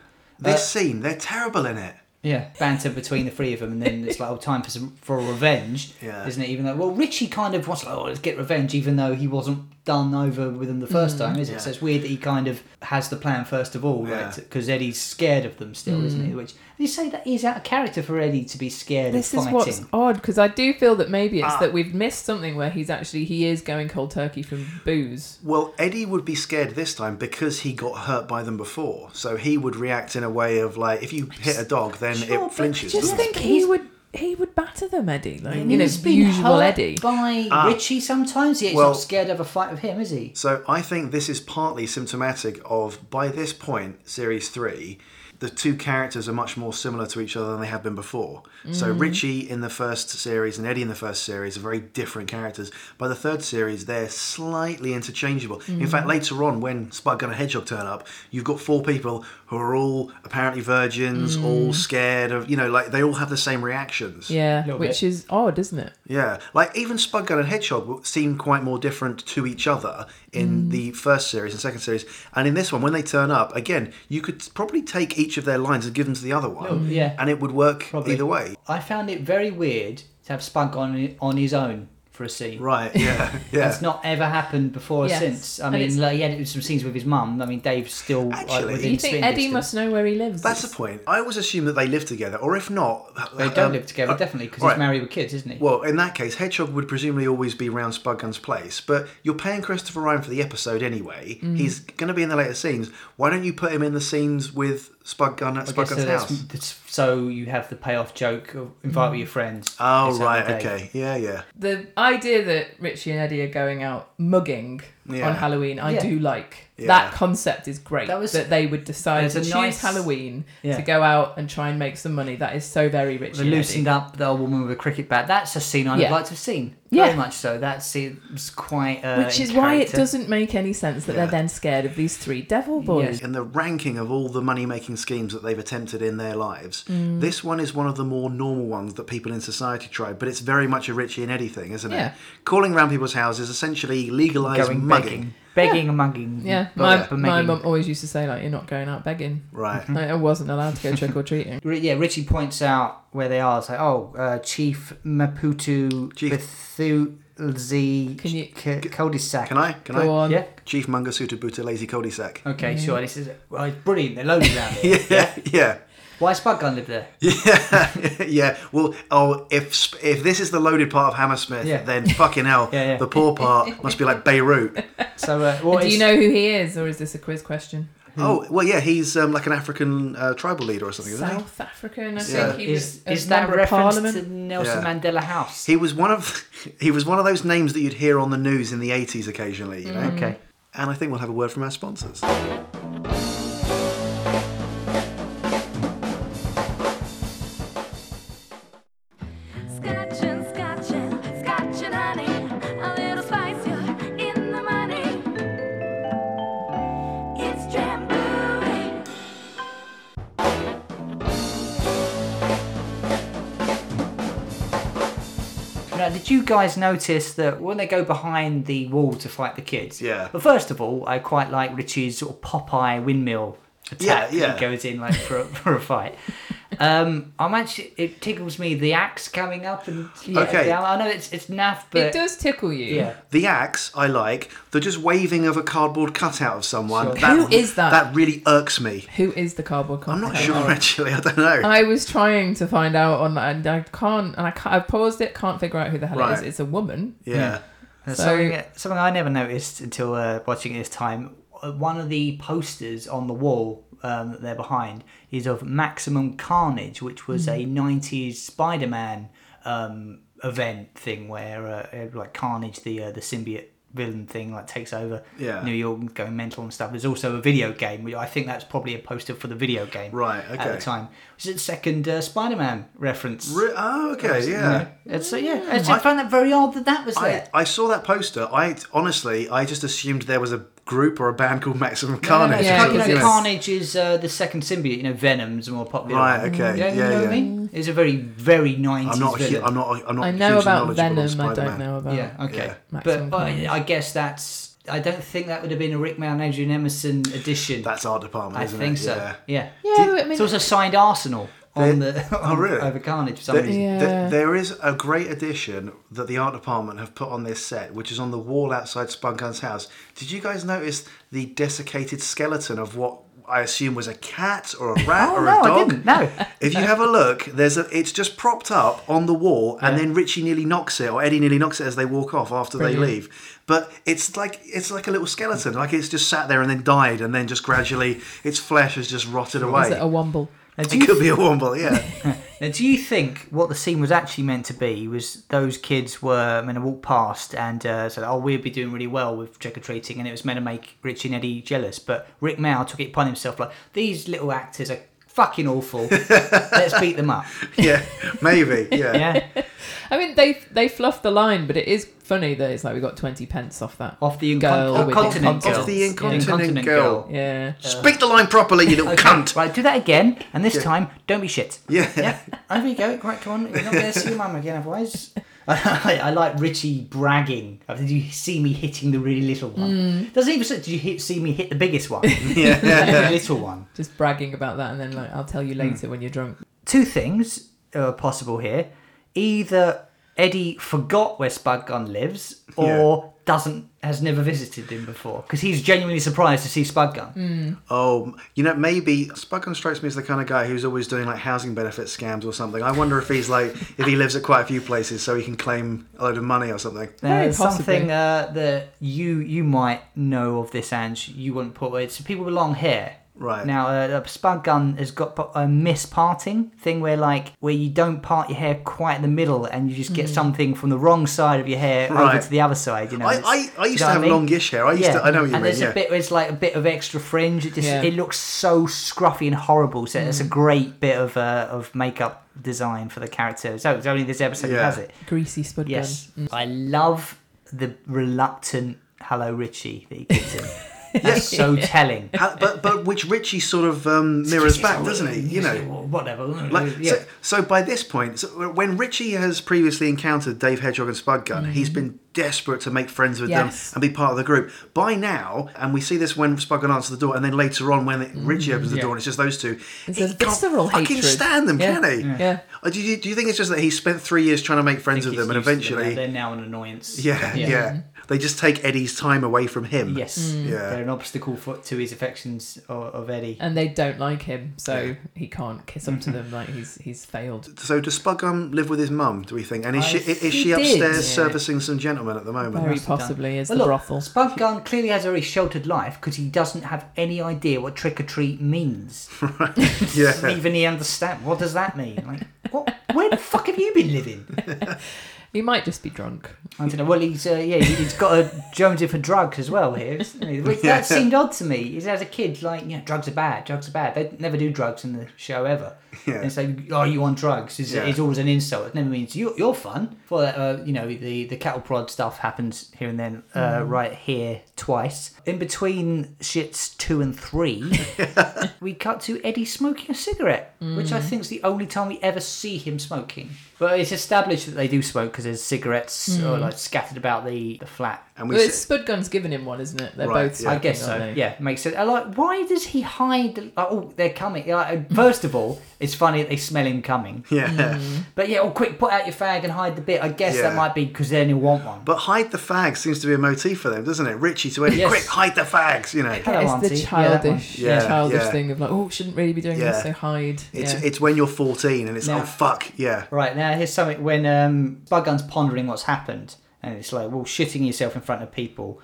This scene, they're terrible in it.
Yeah, banter between the three of them, and then it's like, oh, time for some for revenge,
Yeah.
isn't it? Even though, well, Richie kind of wants, like, oh, let's get revenge, even though he wasn't done over with them the first time, is it?
Yeah.
So it's weird that he kind of has the plan first of all,
Yeah.
right? Because Eddie's scared of them still, isn't he? Which you say that is out of character for Eddie to be scared
This
of
is
fighting.
what's odd because I do feel that maybe it's
Ah.
that we've missed something where he's actually he is going cold turkey from booze.
Well, Eddie would be scared this time because he got hurt by them before. So he would react in a way of like, if you hit a dog, then
Sure,
it
but
flinches.
Just
doesn't it?
think he would he would batter them, Eddie, like
And
you know
he's been
usual
hurt
Eddie.
by Richie sometimes. He's
Ah. well-
not scared of a fight with him, is he?
So I think this is partly symptomatic of by this point, series three, the two characters are much more similar to each other than they have been before. So Richie in the first series and Eddie in the first series are very different characters. By the third series, they're slightly interchangeable. In fact, later on, when Spud Gun and Hedgehog turn up, you've got four people who are all apparently virgins, all scared of you know, like they all have the same reactions.
Yeah,
Little
which
bit.
is odd, isn't it?
Yeah, like even Spud Gun and Hedgehog w- seem quite more different to each other in
Mm.
the first series and second series, and in this one, when they turn up again, you could probably take each of their lines and give them to the other one,
No, yeah.
and it would work
Probably.
either way.
I found it very weird to have Spunk on on his own for for a scene.
Right, yeah, yeah.
That's not ever happened before or
Yes.
since. I
And
mean,
it's-
like, he had some scenes with his mum. I mean, Dave's still like,
Actually-
within
You think
spitting
Eddie
distance.
must know where he lives?
That's the point. I always assume that they live together, or if not,
They don't
um,
live together,
uh,
definitely, because
alright.
he's married with kids, isn't he?
Well, in that case, Hedgehog would presumably always be round Spudgun's place, but you're paying Christopher Ryan for the episode anyway.
Mm.
He's going to be in the later scenes. Why don't you put him in the scenes with Spudgun at
Okay, so,
Spudgun's
that's-
house?
that's- so you have the payoff joke of
Mm.
invite with your friends.
Oh,
It's
right,
Dave.
okay. Yeah, yeah.
the idea that Richie and Eddie are going out mugging
Yeah.
on Halloween, I
Yeah.
do like.
Yeah.
That concept is great.
That
That,
was-
they would decide
There's
to
a
choose
nice-
Halloween
Yeah.
to go out and try and make some money. That is so very Richie
They
and
loosened
Eddie.
up the old woman with a cricket bat. That's a scene I'd
Yeah.
like to have seen.
Yeah.
Very much so. That seems quite. Uh,
Which
in
is why it
character.
doesn't make any sense that
Yeah.
they're then scared of these three devil boys.
In the ranking of all the money making schemes that they've attempted in their lives,
Mm.
this one is one of the more normal ones that people in society try, but it's very much a Richie and Eddie thing, isn't
Yeah.
it? Calling around people's houses essentially legalised
Going
mugging.
begging. Begging and mugging.
Yeah,
Mm. But-
my,
but Hmm.
my
mugging.
mum always used to say like, "You're not going out begging."
Right.
Like, I wasn't allowed to go trick or treating.
R- Yeah, Richie points out where they are. It's like, oh, uh, Chief Maputo
Chief-
Bethulzi
Can you-
K- Cul-de-sac.
Can I? Can
Go
I?
on.
Yeah.
Chief Mungus Utabuta Lazy Cul Sack.
Okay,
Mm-hmm.
sure. This is well, it's brilliant. They're loaded around here.
Yeah, yeah.
Why does Spudgun live there?
Yeah, yeah. Well, oh, if sp- if this is the loaded part of Hammersmith,
Yeah.
then fucking hell,
Yeah, yeah.
the poor part must be like Beirut.
So, uh, what
Do
is-
you know who he is, or is this a quiz question?
oh, well, yeah, he's um, like an African uh, tribal leader or something, isn't he?
South African. I
Yeah.
think he was
Is,
a
is that
member of
reference
Parliament.
to Nelson
Yeah.
Mandela House?
He was one of he was one of those names that you'd hear on the news in the eighties occasionally, you know.
Mm. Mm-hmm.
Okay.
And I think we'll have a word from our sponsors.
Scotchin', scotchin', scotchin', honey. A little spice, you're in the money. It's Drambuie.
Now, did you guys notice that when they go behind the wall to fight the kids?
Yeah.
But first of all, I quite like Richie's sort of Popeye windmill attack.
Yeah, yeah.
He goes in like for a, for a fight. Um, I'm actually it tickles me the axe coming up and yeah,
Okay.
down. I know it's it's naff, but
It does tickle you.
yeah.
The axe, I like. The just waving of a cardboard cutout of someone.
Sure.
That,
Who is that?
That really irks me.
Who is the cardboard
I'm
cutout?
not sure actually. I don't know.
I was trying to find out on that, and I can't. And I can't, I've paused it. Can't figure out who the hell it is.
Right.
It's a woman.
yeah.
And
So-
something, something I never noticed until uh, watching it this time. uh, One of the posters on the wall um, that they're behind is of Maximum Carnage, which was a
Mm.
'90s Spider-Man um, event thing where uh, it- like Carnage, the uh, the symbiote villain thing, like takes over
Yeah.
New York and going mental and stuff. There's also a video game. which I think that's probably a poster for the video game
Right,
at
okay.
the time. Which is the second uh, Spider-Man reference.
Hmm.
Re- oh, okay. Yeah.
And so yeah, I just found that very odd that that was there.
I, I saw that poster. I honestly, I just assumed there was a group or a band called Maximum Carnage.
Yeah,
or
Like,
something.
you know,
because it's-
Carnage is uh, the second symbiote. You know, Venom's a more popular.
Right,
one.
okay,
Yeah, you
yeah,
know what
yeah.
I mean? It's a very, very 90s
I'm not. a hu-
villain.
I'm not. I'm not.
I know
hugely
about
knowledgeable on
Venom. I don't
Spider-Man.
know about.
yeah, okay.
Yeah.
Maximum
But, but
Carnage.
I guess that's. I don't think that would have been a Rick Rickman Adrian Emerson edition.
That's our department,
I
isn't
think
it?
so.
Yeah.
Yeah.
Yeah,
Did- Oh,
but I mean,
It's also signed Arsenal on the on,
really?
over Carnage for some
There-
reason.
Yeah.
there- there is a great addition that the art department have put on this set, which is on the wall outside Spunkun's house. Did you guys notice the desiccated skeleton of what I assume was a cat or a rat
Oh
or
no,
a dog?
I didn't. No.
If you have a look, there's a. It's just propped up on the wall, and then Richie nearly knocks it, or Eddie nearly knocks it as they walk off after they
Brilliant.
leave. But it's like it's like a little skeleton, like it's just sat there and then died, and then just gradually its flesh has just rotted away.
is it a womble?
Now, do
it
you
could be a womble, yeah.
Now, do you think what the scene was actually meant to be was those kids were going to walk past and uh, said, "Oh, we'd be doing really well with trick or treating," and it was meant to make Richie and Eddie jealous? But Rick Mao took it upon himself, like these little actors are fucking awful. Let's beat them up.
yeah, maybe. Yeah.
Yeah,
I mean, they they fluffed the line, but it is funny that it's like we got twenty pence off that.
off the incon-
Girl
oh,
with
continent
incontinence.
girl.
Off the incontinent
Incontinent
girl.
Yeah.
Speak the line properly, you little
Okay,
cunt.
Right, do that again, and this time, don't be shit.
Yeah.
Over you go. Right, come on. You're not going to see your mum again otherwise. I, I like Richie bragging. Did you see me hitting the really little one? Doesn't even say, did you hit, see me hit the biggest one?
Yeah.
the little one.
Just bragging about that, and then
Hmm.
like, I'll tell you later when you're drunk.
Two things are possible here. Either Eddie forgot where Spud Gun lives or doesn't has never visited him before because he's genuinely surprised to see Spud Gun.
Oh, you know, maybe Spudgun strikes me as the kind of guy who's always doing like housing benefit scams or something. I wonder if he's like if he lives at quite a few places so he can claim a load of money or something.
Now,
Very
it's something
possibly.
uh, that you you might know of this, Ange. You wouldn't put it. So people with long hair.
Right.
Now, uh, a spud gun has got p- a misparting thing where, like, where you don't part your hair quite in the middle, and you just get something from the wrong side of your hair
Mm. Right.
over to the other side. You know,
I-
It's-
I- I
do you
used
know
to
what
have
mean?
longish hair. I used to- I know what you mean,
and there's
yeah.
a bit. where It's like a bit of extra fringe. It just
Yeah.
it looks so scruffy and horrible. So
Mm.
it's a great bit of uh, of makeup design for the character. So it's only this episode that
Yeah.
has it.
Greasy spud gun.
Yes. Mm. I love the reluctant hello Richie that he gives him. That's so telling.
How, but but which Richie sort of um, mirrors back, doesn't he? You know.
Whatever.
Like,
yeah.
so, so by this point, so when Richie has previously encountered Dave Hedgehog and Spud Gun, he's been desperate to make friends with
Mm-hmm. Yes.
them and be part of the group. By now, and we see this when Spud Gun answers the door, and then later on when Richie opens the
yeah.
door and it's just those two.
Mm, It's
he
a
can't
visceral
fucking
hatred.
stand them,
Yeah.
can he?
Yeah.
Uh, Do you, do you think it's just that he spent three years trying to make
I
friends
think
with
he's
them, and
used to them now.
eventually,
They're now an annoyance.
yeah, yeah,
Mm-hmm.
they just take Eddie's time away from him.
Yes.
Yeah.
They're an obstacle for, to his affections of, of Eddie.
And they don't like him, so he can't kiss up to them like he's he's failed.
So does Spud Gun live with his mum? Do we think? And is
I
she is
think
she
he did,
upstairs
yeah.
servicing some gentlemen at the moment?
Very
must have done.
possibly is
Well,
the
look,
brothel.
Spud Gun clearly has a very sheltered life because he doesn't have any idea what trick or treat means.
Yeah.
Doesn't even he understand what does that mean? Like, what? Where the fuck have you been living?
He might just be drunk.
I don't know. Well, he's uh, yeah, he's got a Jonesy for drugs as well here. isn't he? Which, that seemed odd to me. Is as a kid, like yeah, drugs are bad. Drugs are bad. They never do drugs in the show ever.
Yeah.
And so, are you on drugs? Is,
Yeah.
is always an insult. It never means you, you're fun. Well, uh, you know, the the cattle prod stuff happens here and then, uh,
Mm.
right here twice. In between shits two and three, we cut to Eddie smoking a cigarette, which I think is the only time we ever see him smoking. But it's established that they do smoke because there's cigarettes uh, like scattered about the, the flat.
And
Well, it's
see-
Spud Gun's given him one, isn't it? They're
Right,
both.
yeah.
I guess so.
smoking, aren't they?
Yeah, makes sense. I like, why does he hide? Like, oh, they're coming. Like, uh, first of all, it's funny that they smell him coming.
Yeah.
mm.
But yeah, oh, quick, put out your fag and hide the bit. I guess
Yeah.
that might be because then you'll want one.
But hide the fags seems to be a motif for them, doesn't it? Richie to Eddie,
Yes.
quick, hide the fags, you know.
Hello,
It's
Auntie.
the
Yeah, that one.
childish,
Yeah,
childish
yeah.
thing of like, oh, shouldn't really be doing
Yeah.
this, so hide.
It's
yeah.
it's when you're 14 and it's
No.
oh fuck, yeah.
Right now, here's something when um, Buggun's pondering what's happened, and it's like, well, shitting yourself in front of people.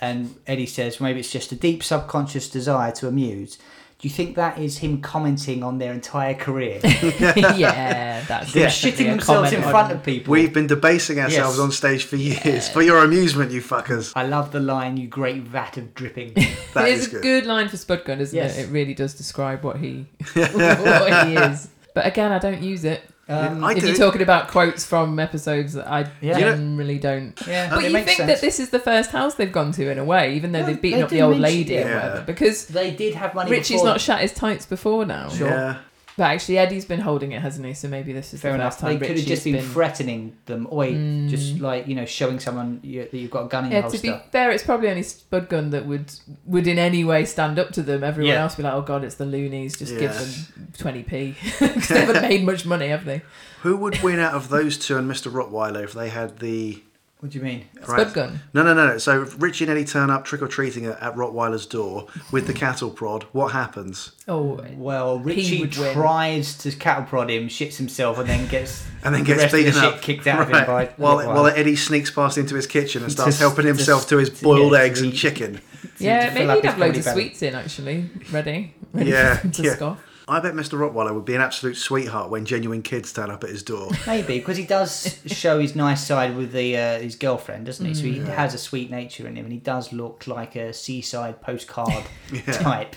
and Eddie says, maybe it's just a deep subconscious desire to amuse. Do you think that is him commenting on their entire career? They're
yeah, that's yeah.
shitting themselves in front of people.
We've been debasing ourselves
Yes.
on stage for years for your amusement, you fuckers.
I love the line, you great vat of dripping.
That
it is,
is
a
good.
good line for Spudgun, isn't
Yes.
it? It really does describe what he what he is. But again, I don't use it.
Um,
I
if
do.
you're talking about quotes from episodes that I
Yeah.
generally don't.
yeah,
But
it
you
makes
think
sense.
that this is the first house they've gone to in a way, even though
No,
they've beaten
they
up the
didn't
old
mention-
lady or
Yeah.
whatever, because
They did have money
Richie's
before.
not shat his tights before now.
Sure.
Yeah.
But actually, Eddie's been holding it, hasn't he? So maybe this is
Fair
the
enough.
first
They
time
could have
Richie's
just been, threatening them, or just like you know, showing someone you, that you've got a gun in your
Mm. Yeah, to
holster.
be fair, it's probably only Spudgun that would would in any way stand up to them. Everyone
Yeah.
else would be like, "Oh God, it's the loonies. Just give
Yeah.
them twenty p because they haven't made much money, have they?"
Who would win out of those two and Mr. Rottweiler if they had the
What do you mean?
right-
Spudgun.
No, no, no, no. So if Richie and Eddie turn up trick or treating at, at Rottweiler's door with the cattle prod. What happens?
Oh,
Well, Richie
would win.
tries to cattle prod him, shits himself, and then gets
And then
the
gets
rest of
beaten
the
up.
shit kicked out of him
Right.
by
while,
Rottweiler.
while Eddie sneaks past into his kitchen and starts
Just-
helping himself
just-
to his
yeah,
boiled
to
eggs and
eat.
chicken.
to
yeah,
fill
maybe
up
he'd
his
have loads
belly
of
belly.
sweets in actually, ready, ready
Yeah,
to
yeah.
scoff.
I bet Mr. Rottweiler would be an absolute sweetheart when genuine kids turn up at his door.
Maybe because he does show his nice side with the uh, his girlfriend, doesn't he? So he
Mm.
has a sweet nature in him, and he does look like a seaside postcard type.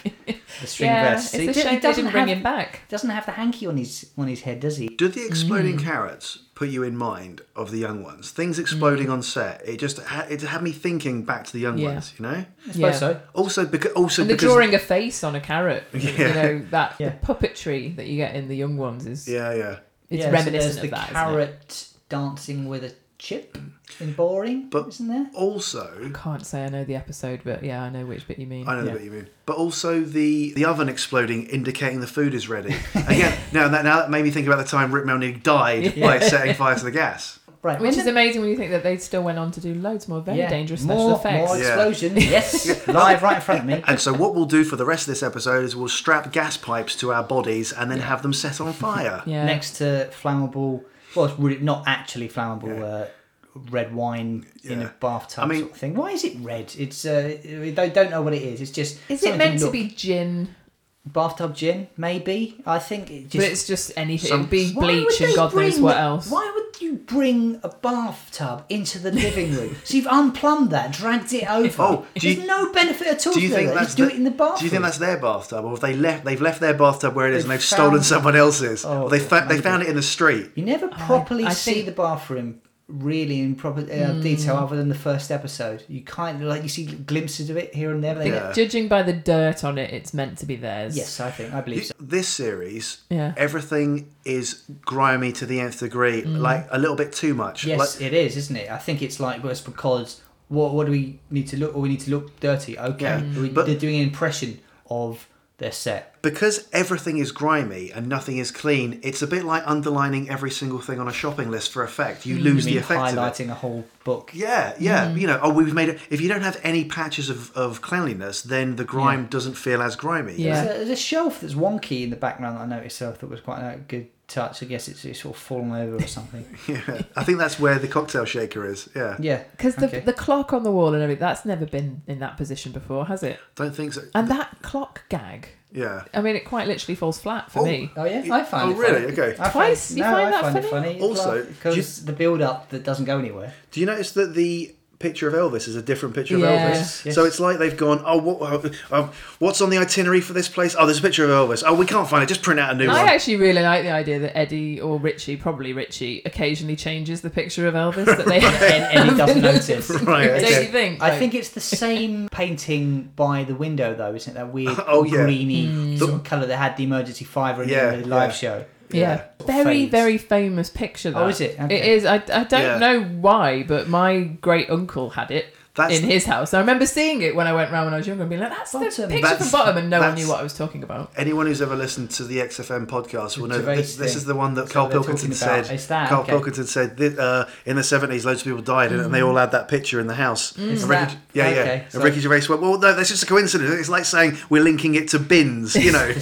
The string
Yeah,
vest.
it's
He
a
di-
shame they didn't bring
have,
him back.
Doesn't have the hanky on his on his head, does he?
Do the
Mm.
exploding carrots put you in mind of the young ones? Things exploding on set. It just ha- it had me thinking back to the young
Mm. Yeah.
ones. You know.
I suppose
Yeah.
so.
Also because also
And the
because
drawing a face on a carrot,
Yeah.
you know that
Yeah.
the puppetry that you get in the young ones is
yeah yeah.
it's
Yeah, so
reminiscent
there's
of
the
that. isn't it?
carrot dancing with a chip in boring,
But-
isn't there?
Also.
Can't say I know the episode, but yeah, I know which bit you mean.
I know
Yeah.
what you mean, but also the the oven exploding, indicating the food is ready. Again, now that now that made me think about the time Rip Melnick died by setting fire to the gas.
Right.
Which is amazing when you think that they still went on to do loads more very
Yeah.
dangerous
more,
special effects.
More
Yeah.
explosions, yes. Live right in front of me.
And so, what we'll do for the rest of this episode is we'll strap gas pipes to our bodies and then have them set on fire.
Yeah.
Next to flammable, well, it's really not actually flammable. Uh, Red wine in
Yeah.
a bathtub
I mean-
sort of thing. Why is it red? It's uh, they don't know what it is. It's just
Is it
something
meant to
look-
be gin?
bathtub gin? Maybe I think it
but
just
it's just anything.
Some-
It'd be
Why would
bleach and
they
God knows
bring-
what else.
Why would you bring a bathtub into the living room? so you've unplumbed that, dragged it over.
Oh, do
there's
you-
no benefit at all.
Do you
to
think
that.
that's
do
the-
it in the bathroom?
Do you think that's their bathtub, or have they left? They've left their bathtub where it is, and
They've
they've stolen
found-
someone else's,
Oh,
or they fa- they
maybe.
found it in the street.
you never properly
I
see
think- Hmm.
the bathroom really in proper uh, detail other than the first episode. You kind of like you see glimpses of it here and there. But
I
they
think
Yeah.
Judging by the dirt on it, it's meant to be theirs.
Yes, I think I believe so.
This series,
Yeah.
everything is grimy to the nth degree, like a little bit too much.
Mm. Yes,
Like,
it is, isn't it? I think it's like well, it's because what what do we need to look? Or we need to look dirty. Okay,
Yeah,
we,
but-
they're doing an impression of their set.
because everything is grimy and nothing is clean, it's a bit like underlining every single thing on a shopping list for effect. You lose
Mm, You
the
mean
effect of it.
highlighting Mm. a whole book.
Yeah, yeah. You know, oh, we've made it. If you don't have any patches of, of cleanliness, then the grime doesn't feel as grimy.
Yeah.
There's, a, there's a shelf that's wonky in the background that I noticed, so I thought was quite a good touch. I guess it's, it's sort of fallen over or something.
Yeah. I think that's where the cocktail shaker is. Yeah.
Yeah.
Because the,
Okay.
the clock on the wall and everything, that's never been in that position before, has it?
Don't think so.
And that clock gag,
Yeah.
I mean, it quite literally falls flat for
Oh.
me.
Oh yeah, I find
oh,
it
really?
funny.
Okay.
I
Twice?
Find,
You
no,
find
I
that
find
funny?
it funny.
Also, do
because the build-up that doesn't go anywhere.
Do you notice that the picture of Elvis is a different picture of
Yeah.
Elvis?
Yes.
So it's like they've gone, oh, what, uh, what's on the itinerary for this place? Oh, there's a picture of Elvis. Oh, we can't find it. Just print out a new one.
I actually really like the idea that Eddie or Richie, probably Richie, occasionally changes the picture of Elvis that they
And, and he doesn't notice.
Right,
Don't
okay.
you think?
I
Like,
think it's the same painting by the window, though, isn't it? That weird
Oh, yeah.
greeny
Hmm.
sort of colour that had the emergency fiver in
Yeah,
the live
yeah.
show.
yeah,
Or
very
fades.
very famous picture. That.
Oh, is it?
It
Okay.
is. I, I don't
Yeah.
know why, but my great uncle had it
That's-
in his house. I remember seeing it when I went round when I was younger and being like, "That's the
Bottom.
picture
That's-
from bottom," and no one
that's-
knew what I was talking about.
Anyone who's ever listened to the XFM podcast will know that
Gervais
this, this
thing.
is the one that
So
Carl
they're
Pilkington
talking about-
said.
it's that,
Carl
okay. Mm-hmm.
Pilkington said that, uh, in the seventies, loads of people died, and they all had that picture in the house. And Ricky,
Mm. that.
yeah, yeah.
Okay, so-
and Ricky Gervais went, "Well, no, that's just a coincidence. It's like saying we're linking it to bins, you know."
The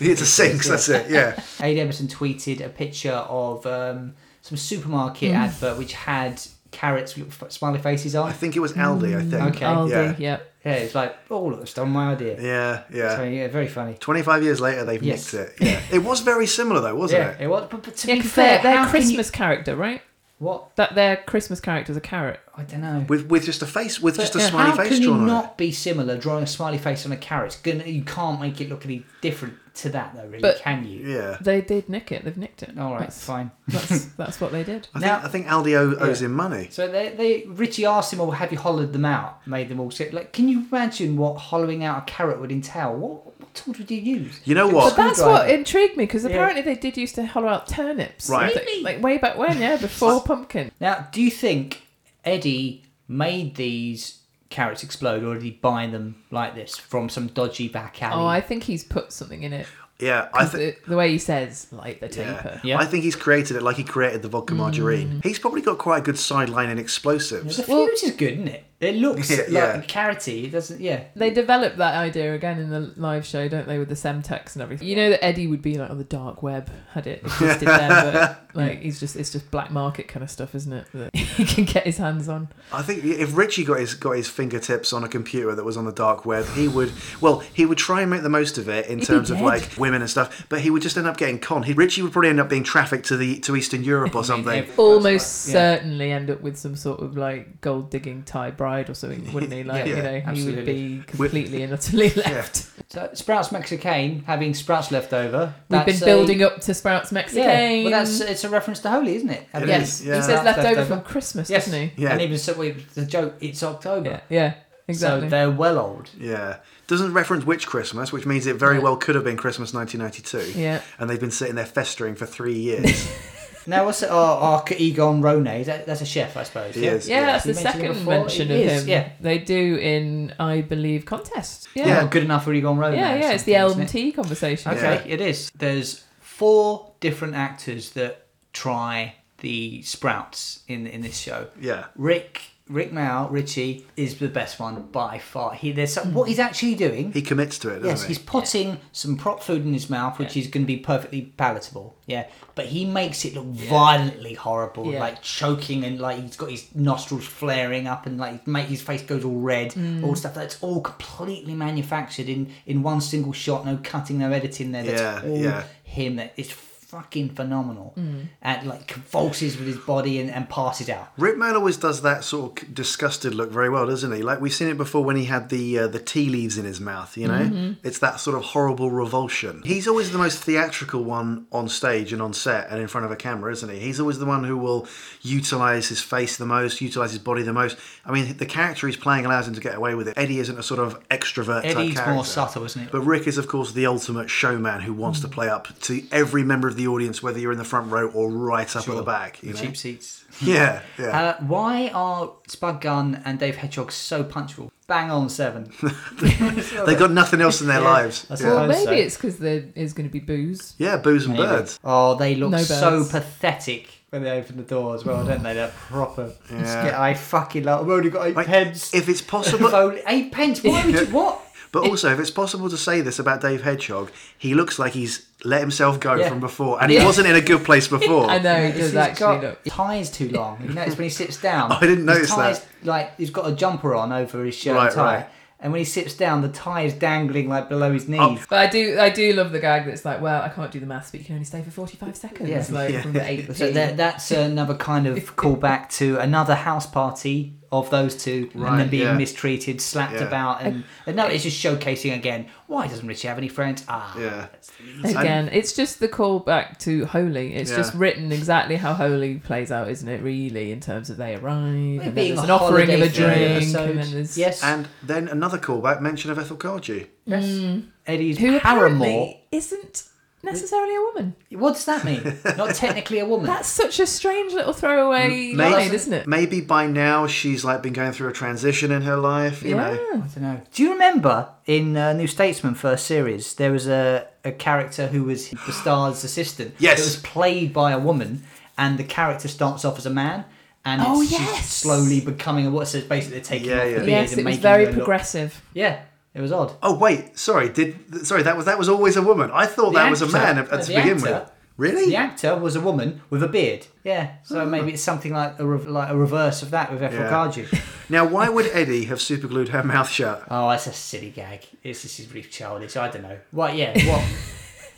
It's a sinks, that's it, yeah.
Aid Emerson tweeted a picture of um, some supermarket
Hmm.
advert which had carrots with f- smiley faces
I
on.
think it was Aldi, I think.
Okay.
Aldi,
yeah.
Oh, yeah.
Yeah, it's like, oh, look, it's done my idea.
Yeah,
So,
yeah.
yeah, very funny.
25 years later, they've
Yes.
nicked it. Yeah. It was very similar, though, wasn't
Yeah,
it?
it was. But, but to
Yeah,
be
'cause
fair,
their, their
how can you-
Christmas character, right?
what?
That their Christmas character's a carrot.
I don't know.
With, with just a face, with just a
yeah,
smiley
uh, how
face
can you
drawn on
not be similar drawing a smiley face on a carrot? It's Gonna, you can't make it look any different to that, though, really,
But-
can
it.
you?
Yeah.
They did nick it. They've nicked it.
All right,
That's,
fine.
that's, that's what they did.
I,
Now-
think, I think Aldi o- owes
Yeah.
him money.
So they, they Richie asked him, "Well, have you hollowed them out? Made them all sit? Like, can you imagine what hollowing out a carrot would entail? What, what tool would you use?
You know
But
what?
that's
Screwdriver.
what intrigued me because
Yeah.
apparently they did used to hollow out turnips,
Right.
Like, like way back when, yeah, before pumpkin.
Now, do you think Eddie made these carrots explode, or did he buy them like this from some dodgy back alley?
Oh, I think he's put something in it.
Yeah, I think.
the, the way he says, like the
Yeah.
taper.
Yeah. Mm.
I think he's created it like he created the vodka margarine. He's probably got quite a good sideline in explosives.
the
Well-
fuse is good, isn't it? It looks
Yeah,
like
yeah.
carroty. It doesn't. Yeah.
They develop that idea again in the live show, don't they, with the Semtex and everything. You know that Eddie would be like on the dark web had it existed then, but like he's just it's just black market kind of stuff, isn't it? That he can get his hands on.
I think if Richie got his got his fingertips on a computer that was on the dark web, he would well he would try and make the most of it in
He'd be
terms of
dead.
like women and stuff, but he would just end up getting con. He, Richie would probably end up being trafficked to the to Eastern Europe or something.
Everyone's
Almost uh,
like- yeah.
certainly end up with some sort of like gold digging Thai bride or something, wouldn't he? Like
Yeah,
you know, he would
absolutely.
be completely and utterly left.
So Sprouts Mexicaine having sprouts left over.
We've
that's
been
a-
building up to Sprouts
Yeah,
Mexican.
well, that's it's a reference to Holy, isn't it? Having
It
yes,
is, yeah.
he says
sprouts
left over from Christmas,
Yes.
doesn't he?
Yeah.
And even so, we, the joke it's October,
Yeah, yeah, exactly.
so they're well old.
Yeah, doesn't reference which Christmas, which means it very
Yeah.
well could have been Christmas 1992.
Yeah.
and they've been sitting there festering for three years.
Now, what's it? Our, our Egon Rone, is that, that's a chef, I suppose.
He
yeah?
is.
yeah,
Yeah.
that's
You
the
mentioned him
second
before.
mention of
It is,
him.
yeah.
They do in, I believe, contest. Yeah,
Not
yeah,
good enough for Egon Rone.
yeah.
or
it's
something,
the
isn't it?
LMT conversation.
Okay, it is. There's four different actors that try the sprouts in in this show.
Yeah.
Rick Rick Mao Richie is the best one by far. He there's some, what he's actually doing.
He commits to it, doesn't
Yes,
he?
he's putting some prop food in his mouth, which is going to be perfectly palatable. Yeah, but he makes it look violently horrible,
Yeah.
like choking and like he's got his nostrils flaring up and like make his face goes all red,
Mm.
all stuff that's all completely manufactured in in one single shot. No cutting, no editing there. That's
Yeah,
all
yeah. Mm.
him. That is fucking phenomenal. And like convulses with his body and, and passes out.
Rip Man always does that sort of disgusted look very well, doesn't he? Like we've seen it before when he had the uh, the tea leaves in his mouth. You know,
Mm-hmm.
it's that sort of horrible revulsion. He's always the most theatrical one on stage and on set and in front of a camera, isn't he? He's always the one who will utilize his face the most, utilize his body the most. I mean, the character he's playing allows him to get away with it. Eddie isn't a sort of extrovert. type
Eddie's
character.
more subtle, Mm. isn't it?
But Rick is, of course, the ultimate showman who wants to play up to every member of the audience, whether you're in the front row or right up at the back. You know?
cheap seats.
Yeah, yeah.
Uh, why are Spud Gunn and Dave Hedgehog so punctual? Bang on seven.
They've got nothing else in their
Yeah,
lives.
that's
Yeah.
all.
Well,
hope
maybe
so.
it's because there is going to be booze.
yeah, booze and
Maybe.
birds.
Oh, they look
No birds.
so pathetic when they open the door as well, don't they? They're proper.
Yeah.
I fucking love. I've only got eight
Like,
pence.
If it's possible,
If only- eight pence. Why would you what?
but also if it's possible to say this about Dave Hedgehog, he looks like he's let himself go
Yeah.
from before, and he
Yeah.
wasn't in a good place before.
I know it
He's
does actually
got
look.
tie's too long. You notice when he sits down.
I didn't
his
notice
tie's,
that.
Like he's got a jumper on over his shirt
Right,
and tie,
right.
and when he sits down, the tie is dangling like below his knees.
But I do, I do love the gag that's like, well, I can't do the maths, but you can only stay for forty-five seconds,
Yeah.
like
Yeah.
from the eight.
So that, that's another kind of callback to another house party of those two,
Right,
and then being
yeah.
mistreated, slapped
Yeah.
about, and, and no, it's just showcasing again. Why doesn't Richie have any friends? Ah,
Yeah.
that's the reason.
Again, it's just the callback to Holy. It's
Yeah.
just written exactly how Holy plays out, isn't it? Really, in terms of they arrive, and then
being
there's
a
an offering of a
holiday
drink,
episode.
and then there's
yes,
And then another callback mention of Ethel Cardew.
yes. Eddie's
who
paramour.
apparently isn't necessarily a woman.
What does that mean? Not technically a woman.
That's such a strange little throwaway
May-
line, isn't it?
Maybe by now she's like been going through a transition in her life. You know,
I don't know. Do you remember in uh, New Statesman first series there was a, a character who was the star's assistant?
Yes.
It was played by a woman, and the character starts off as a man, and it's,
Oh,
she's
yes.
slowly becoming a what? So it's basically taking
Yeah,
off
yeah.
the beard
Yes,
and
it was
making
very
her look-
progressive.
Yeah, it was odd.
Oh wait, sorry. Did sorry that was that was always a woman. I thought
The
that was a
actor-
man
no,
at, at- to
the
begin
actor-
with. Really?
The actor was a woman with a beard. Yeah, so maybe it's something like a re- like a reverse of that with Ethel
Ah. Yeah.
Cardew.
Now why would Eddie have superglued her mouth shut?
Oh, that's a silly gag. It's this is really childish. I don't know. What? Yeah. What?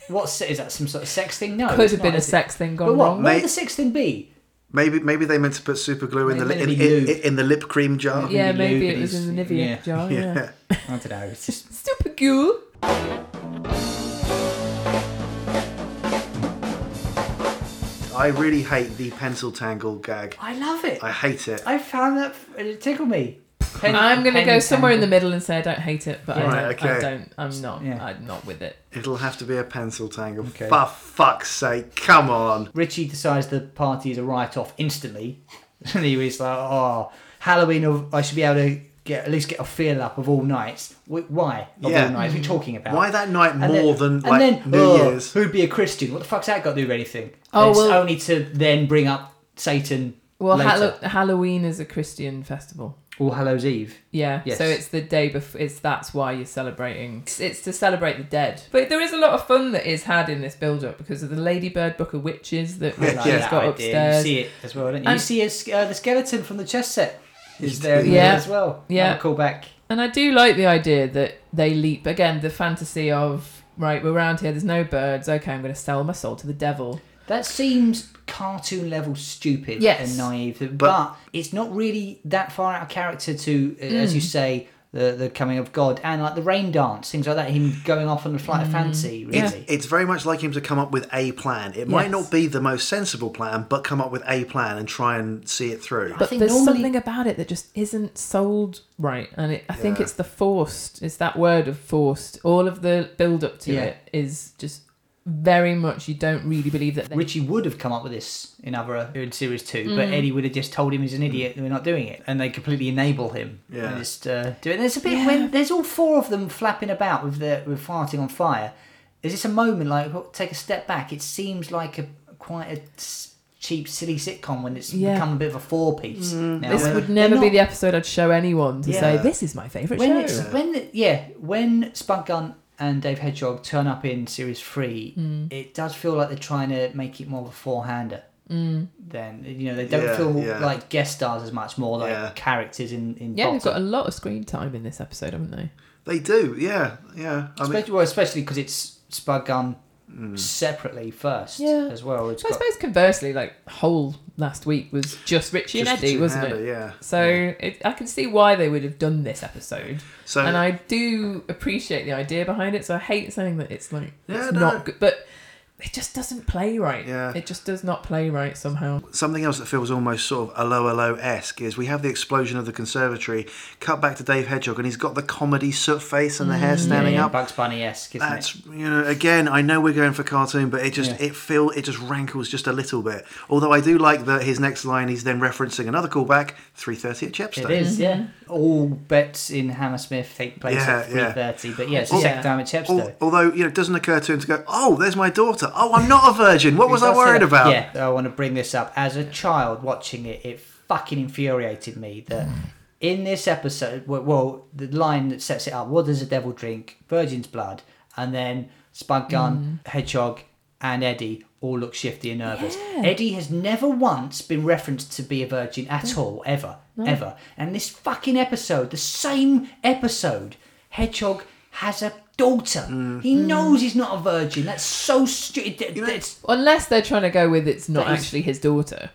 what se- is that? Some sort of sex thing? No.
Could
it's
have been
not,
a
is it?
sex thing
But
gone
what?
wrong.
What
Mate-
would the sex thing be?
Maybe maybe they meant to put super glue in the
Maybe
in,
they
in,
lube.
in the lip cream jar.
Yeah,
Maybe
maybe
lube
it
and
was in the
he's-
Nivea
yeah.
jar. Yeah.
I don't know. It's just
Super cool.
I really hate the pencil tangle gag.
I love it.
I
I,
hate it.
found that it tickled me. Pen-
I'm gonna
pen
go somewhere in the
tangle.
middle and say I don't hate it, but
Yeah.
I,
Right,
don't, I
okay.
don't. I'm not.
Yeah.
I'm not with it.
It'll have to be a pencil tangle.
Okay.
For fuck's sake, come on.
Richie decides the party is a write-off instantly, and he was like, "Oh, Halloween! Of, I should be able to get at least get a feel up of all nights. Wh- Why? Of
Yeah.
all nights? We're talking about
Why that night
And
more than
then-
like
and then,
New
oh,
Year's?
Who'd be a Christian? What the fuck's that got to do with anything?
Oh,
it's
well-
only to then bring up Satan.
Well,
later.
Hallo- Halloween is a Christian festival.
All Hallows Eve.
Yeah,
Yes.
so it's the day before. It's that's why you're celebrating. It's, it's to celebrate the dead. But there is a lot of fun that is had in this build-up because of the Ladybird Book of Witches that
I
Richie's
like that
got
idea. You
upstairs.
see it as well, don't you? you
And-
see a ske- uh, the skeleton from the chess set. Is there in
Yeah.
there as well?
Yeah.
Another callback.
And I do like the idea that they leap again. The fantasy of right, we're around here. There's no birds. Okay, I'm going to sell my soul to the devil.
That seems cartoon level stupid
Yes.
and naive, but,
But-
it's not really that far out of character to, uh, as you say, the the coming of God and like the rain dance, things like that. Him going off on a flight of fancy, really.
It's, it's very much like him to come up with a plan. It might
Yes.
not be the most sensible plan, but come up with a plan and try and see it through.
I
But
think
there's
normally-
something about it that just isn't sold right, and it, I think
Yeah.
it's the forced. It's that word of forced. All of the build up to
Yeah.
it is just very much. You don't really believe that. They, Mm.
Richie would have come up with this in other in series two, but Eddie would have just told him he's an idiot and we're not doing it, and they completely enable him.
Yeah.
and just uh, do it. And there's a bit when there's all four of them flapping about with their with farting on fire. Is this a moment like take a step back? It seems like a quite a s- cheap, silly sitcom when it's
Yeah. Mm.
become a bit of a four piece. now.
This
When-
would
they're
never be
not-
the episode I'd show anyone to say
Yeah.
this is my favourite
when
show.
it's when the- yeah when Spunk Gun and Dave Hedgehog turn up in series three,
Mm.
it does feel like they're trying to make it more of a four-hander. Mm. Then you know they don't
Yeah,
feel
yeah.
like guest stars as much, more like
Yeah.
characters in in.
yeah, they've got a
bottom.
lot of screen time in this episode, haven't they?
They do, yeah, yeah. I mean,
especially, well, especially because it's Spunk Gun
Mm.
separately first
Yeah.
as well. It's
I
got-
suppose conversely, like whole last week was just Richie and
just
Eddie,
two
wasn't
hander,
it?
Yeah.
So it, I can see why they would have done this episode,
Uh,
So
and I do appreciate the idea behind it. So I hate saying that it's like
Yeah,
it's
no.
not good, but it just doesn't play right.
Yeah.
It just does not play right somehow.
Something else that feels almost sort of hello hello esque is we have the explosion of the conservatory, cut back to Dave Hedgehog, and he's got the comedy soot face and the hair standing
Mm, yeah,
up.
Bugs Bunny esque, isn't it?
That's you know again I know we're going for cartoon, but it just
Yeah.
it feel it just rankles just a little bit. Although I do like that his next line he's then referencing another callback three thirty at Chepstow.
It is, yeah.
Mm-hmm.
All bets in Hammersmith take place
Yeah,
at three
yeah.
thirty, but yeah, it's the
Yeah.
second time at Chepstow.
Al- although you know it doesn't occur to him to go, oh, there's my daughter. Oh, I'm not a virgin. What was I
I'll say
worried
that-
about?
Yeah, I want to bring this up. As a child watching it, it fucking infuriated me
Hmm.
that in this episode, well, well the line that sets it up: "What does a devil drink? Virgin's blood." And then Spud Gun,
Hmm.
Hedgehog, and Eddie all look shifty and nervous. Eddie has never once been referenced to be a virgin at all, ever, ever. And this fucking episode, the same episode, Hedgehog. Has a daughter. He knows he's not a virgin. That's so stupid.
Mm. Hmm. know,
It's
Unless they're trying to go with it's not
That is-
actually his daughter.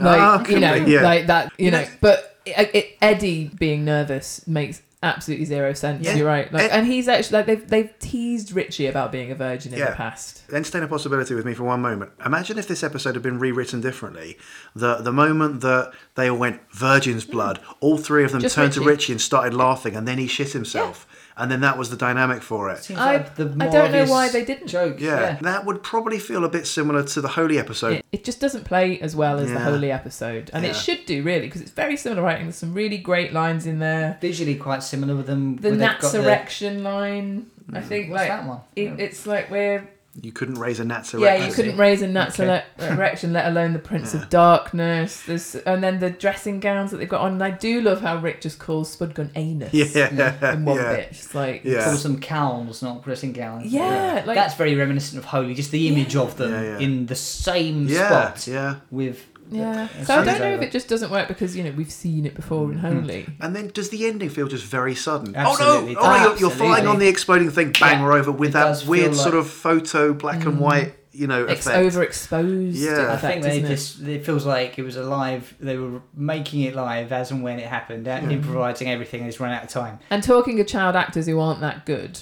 Ah,
Like,
could
you know,
be, yeah.
like that, you,
You
know,
know-
but it, it, Eddie being nervous makes absolutely zero sense.
Yeah.
You're right. Like,
Ed-
and he's actually, like, they've, they've teased Richie about being a virgin in
Yeah.
the past.
Entertain a possibility with me for one moment. Imagine if this episode had been rewritten differently. The the moment that they all went virgin's blood, all three of them
Just
turned to
Richie.
Richie and started laughing, and then he shit himself, and then that was the dynamic for it.
Seems
I-
like the
I
more
don't know
obvious
why they didn't.
Joke.
Yeah, that would probably feel a bit similar to the Holy episode.
It, it just doesn't play as well as the
Yeah.
Holy episode. And
Yeah.
it should do, really, because it's very similar writing. There's some really great lines in there.
Visually quite similar with them.
The
where they've
Nat's
got the- Mm.
erection line, I think,
What's
like,
that one?
it- it's like we're
You couldn't raise a gnat's
Yeah, you
erection.
couldn't raise a nuts
Okay.
ele- erection, let alone the Prince
Ah.
of Darkness. There's, and then the dressing gowns that they've got on. And I do love how Rick just calls Spudgun anus
yeah,
in one
yeah.
bit. It's like,
Yeah.
Calls them cowls, not dressing gowns.
Yeah, like-
that's very reminiscent of Holy. Just the image of them
Yeah, yeah.
in the same
Yeah,
spot
yeah.
with.
yeah.
Yeah,
So I don't
sounds
know if
over.
it just doesn't work because, you know, we've seen it before in
Mm-hmm.
Holy.
And then does the ending feel just very sudden?
Absolutely.
Oh no! Oh, no, you're, you're
Absolutely.
flying on the exploding thing. Bang!
Yeah.
We're over with
It does
that
feel
weird
like-
sort of photo black and white, you know,
It's
effect.
overexposed.
Yeah.
I
effect,
think they
isn't it?
just. It? feels like it was a live. They were making it live as and when it happened, and improvising everything. and It's run out of time.
And talking of child actors who aren't that good,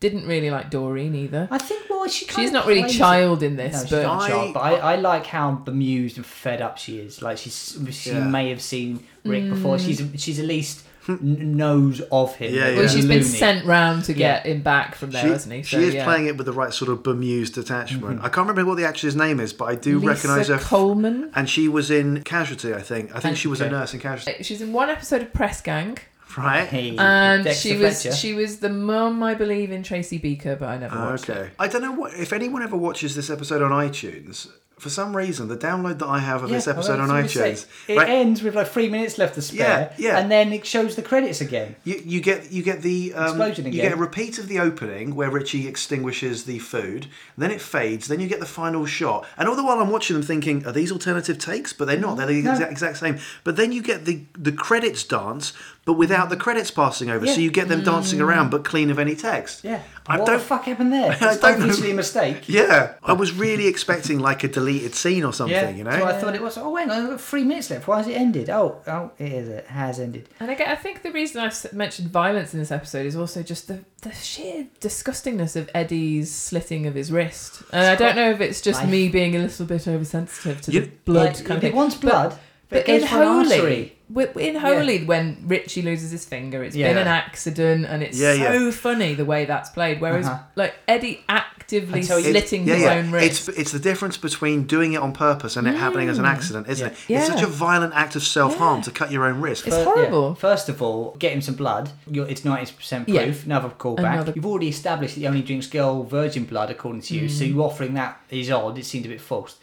didn't really like Doreen either.
I think. Well, she. kind
She's
of
not really
plays it.
child in
No,
this,
she's
but
not
I-
a child, but I, I like how bemused and fed up she is. Like she's she
Yeah.
may have seen Rick before.
Mm.
She's she's at least n- knows of him.
Yeah,
Like,
yeah.
well, she's been
loony.
sent round to get him back from there,
She,
hasn't he? So,
she is
yeah.
playing it with the right sort of bemused detachment. I can't remember what the actress name is, but I do
Lisa
recognise her.
Coleman.
and she was in Casualty, I think. I think she was a
Okay.
nurse in Casualty,
She's in one episode of Press Gang,
right?
Hey,
and
Dexter
she was
Fletcher. Ah,
she was the mum, I believe, in Tracy Beaker, but I never watched it.
Okay. I don't know what if anyone ever watches this episode on iTunes. For some reason, the download that I have of
Yeah,
this
well,
episode on
that's what we say.
iTunes,
It
right,
ends with like three minutes left to spare.
Yeah, yeah.
And then it shows the credits again.
you, you get you get the um,
Explosion
you
again.
get a repeat of the opening where Richie extinguishes the food, then it fades, then you get the final shot, and all the while I'm watching them thinking, are these alternative takes? But they're not; they're the
No.
exact, exact same. But then you get the the credits dance, but without the credits passing over, so
Yeah. Mm.
you get them dancing around but clean of any text.
Yeah.
I
what
don't.
the fuck happened there? It's
don't know.
obviously a mistake.
yeah, I was really expecting like a deleted scene or something, you know.
So I thought it was. Oh, hang on, I've got three minutes left. Why has it ended? Oh, oh, it is. It has ended.
And again, I think the reason I've s- mentioned violence in this episode is also just the, the sheer disgustingness of Eddie's slitting of his wrist. And I don't know if it's just
Life.
me being a little bit oversensitive to the
You-
Like,
blood kind of
it
thing.
wants
But-
blood, but,
But
it goes
in
for an artery.
Holy, wi- in Holy, when Richie loses his finger, it's been
Yeah.
an accident, and it's
Yeah,
so
yeah.
funny the way that's played. Whereas,
Uh-huh.
like Eddie actively
I tell you-
slitting
yeah,
his
yeah.
own wrist.
It's it's the difference between doing it on purpose and it happening as an accident, isn't it?
Mm. Yeah.
It's such a violent act of self harm to cut your own wrist.
It's
Fir-
horrible.
First of all, get him some blood. You're, it's 90% proof.
Yeah.
Another callback.
Another-
You've already established that he only drinks
Mm.
girl virgin blood, according to you, so you offering that is odd. It seemed a bit forced.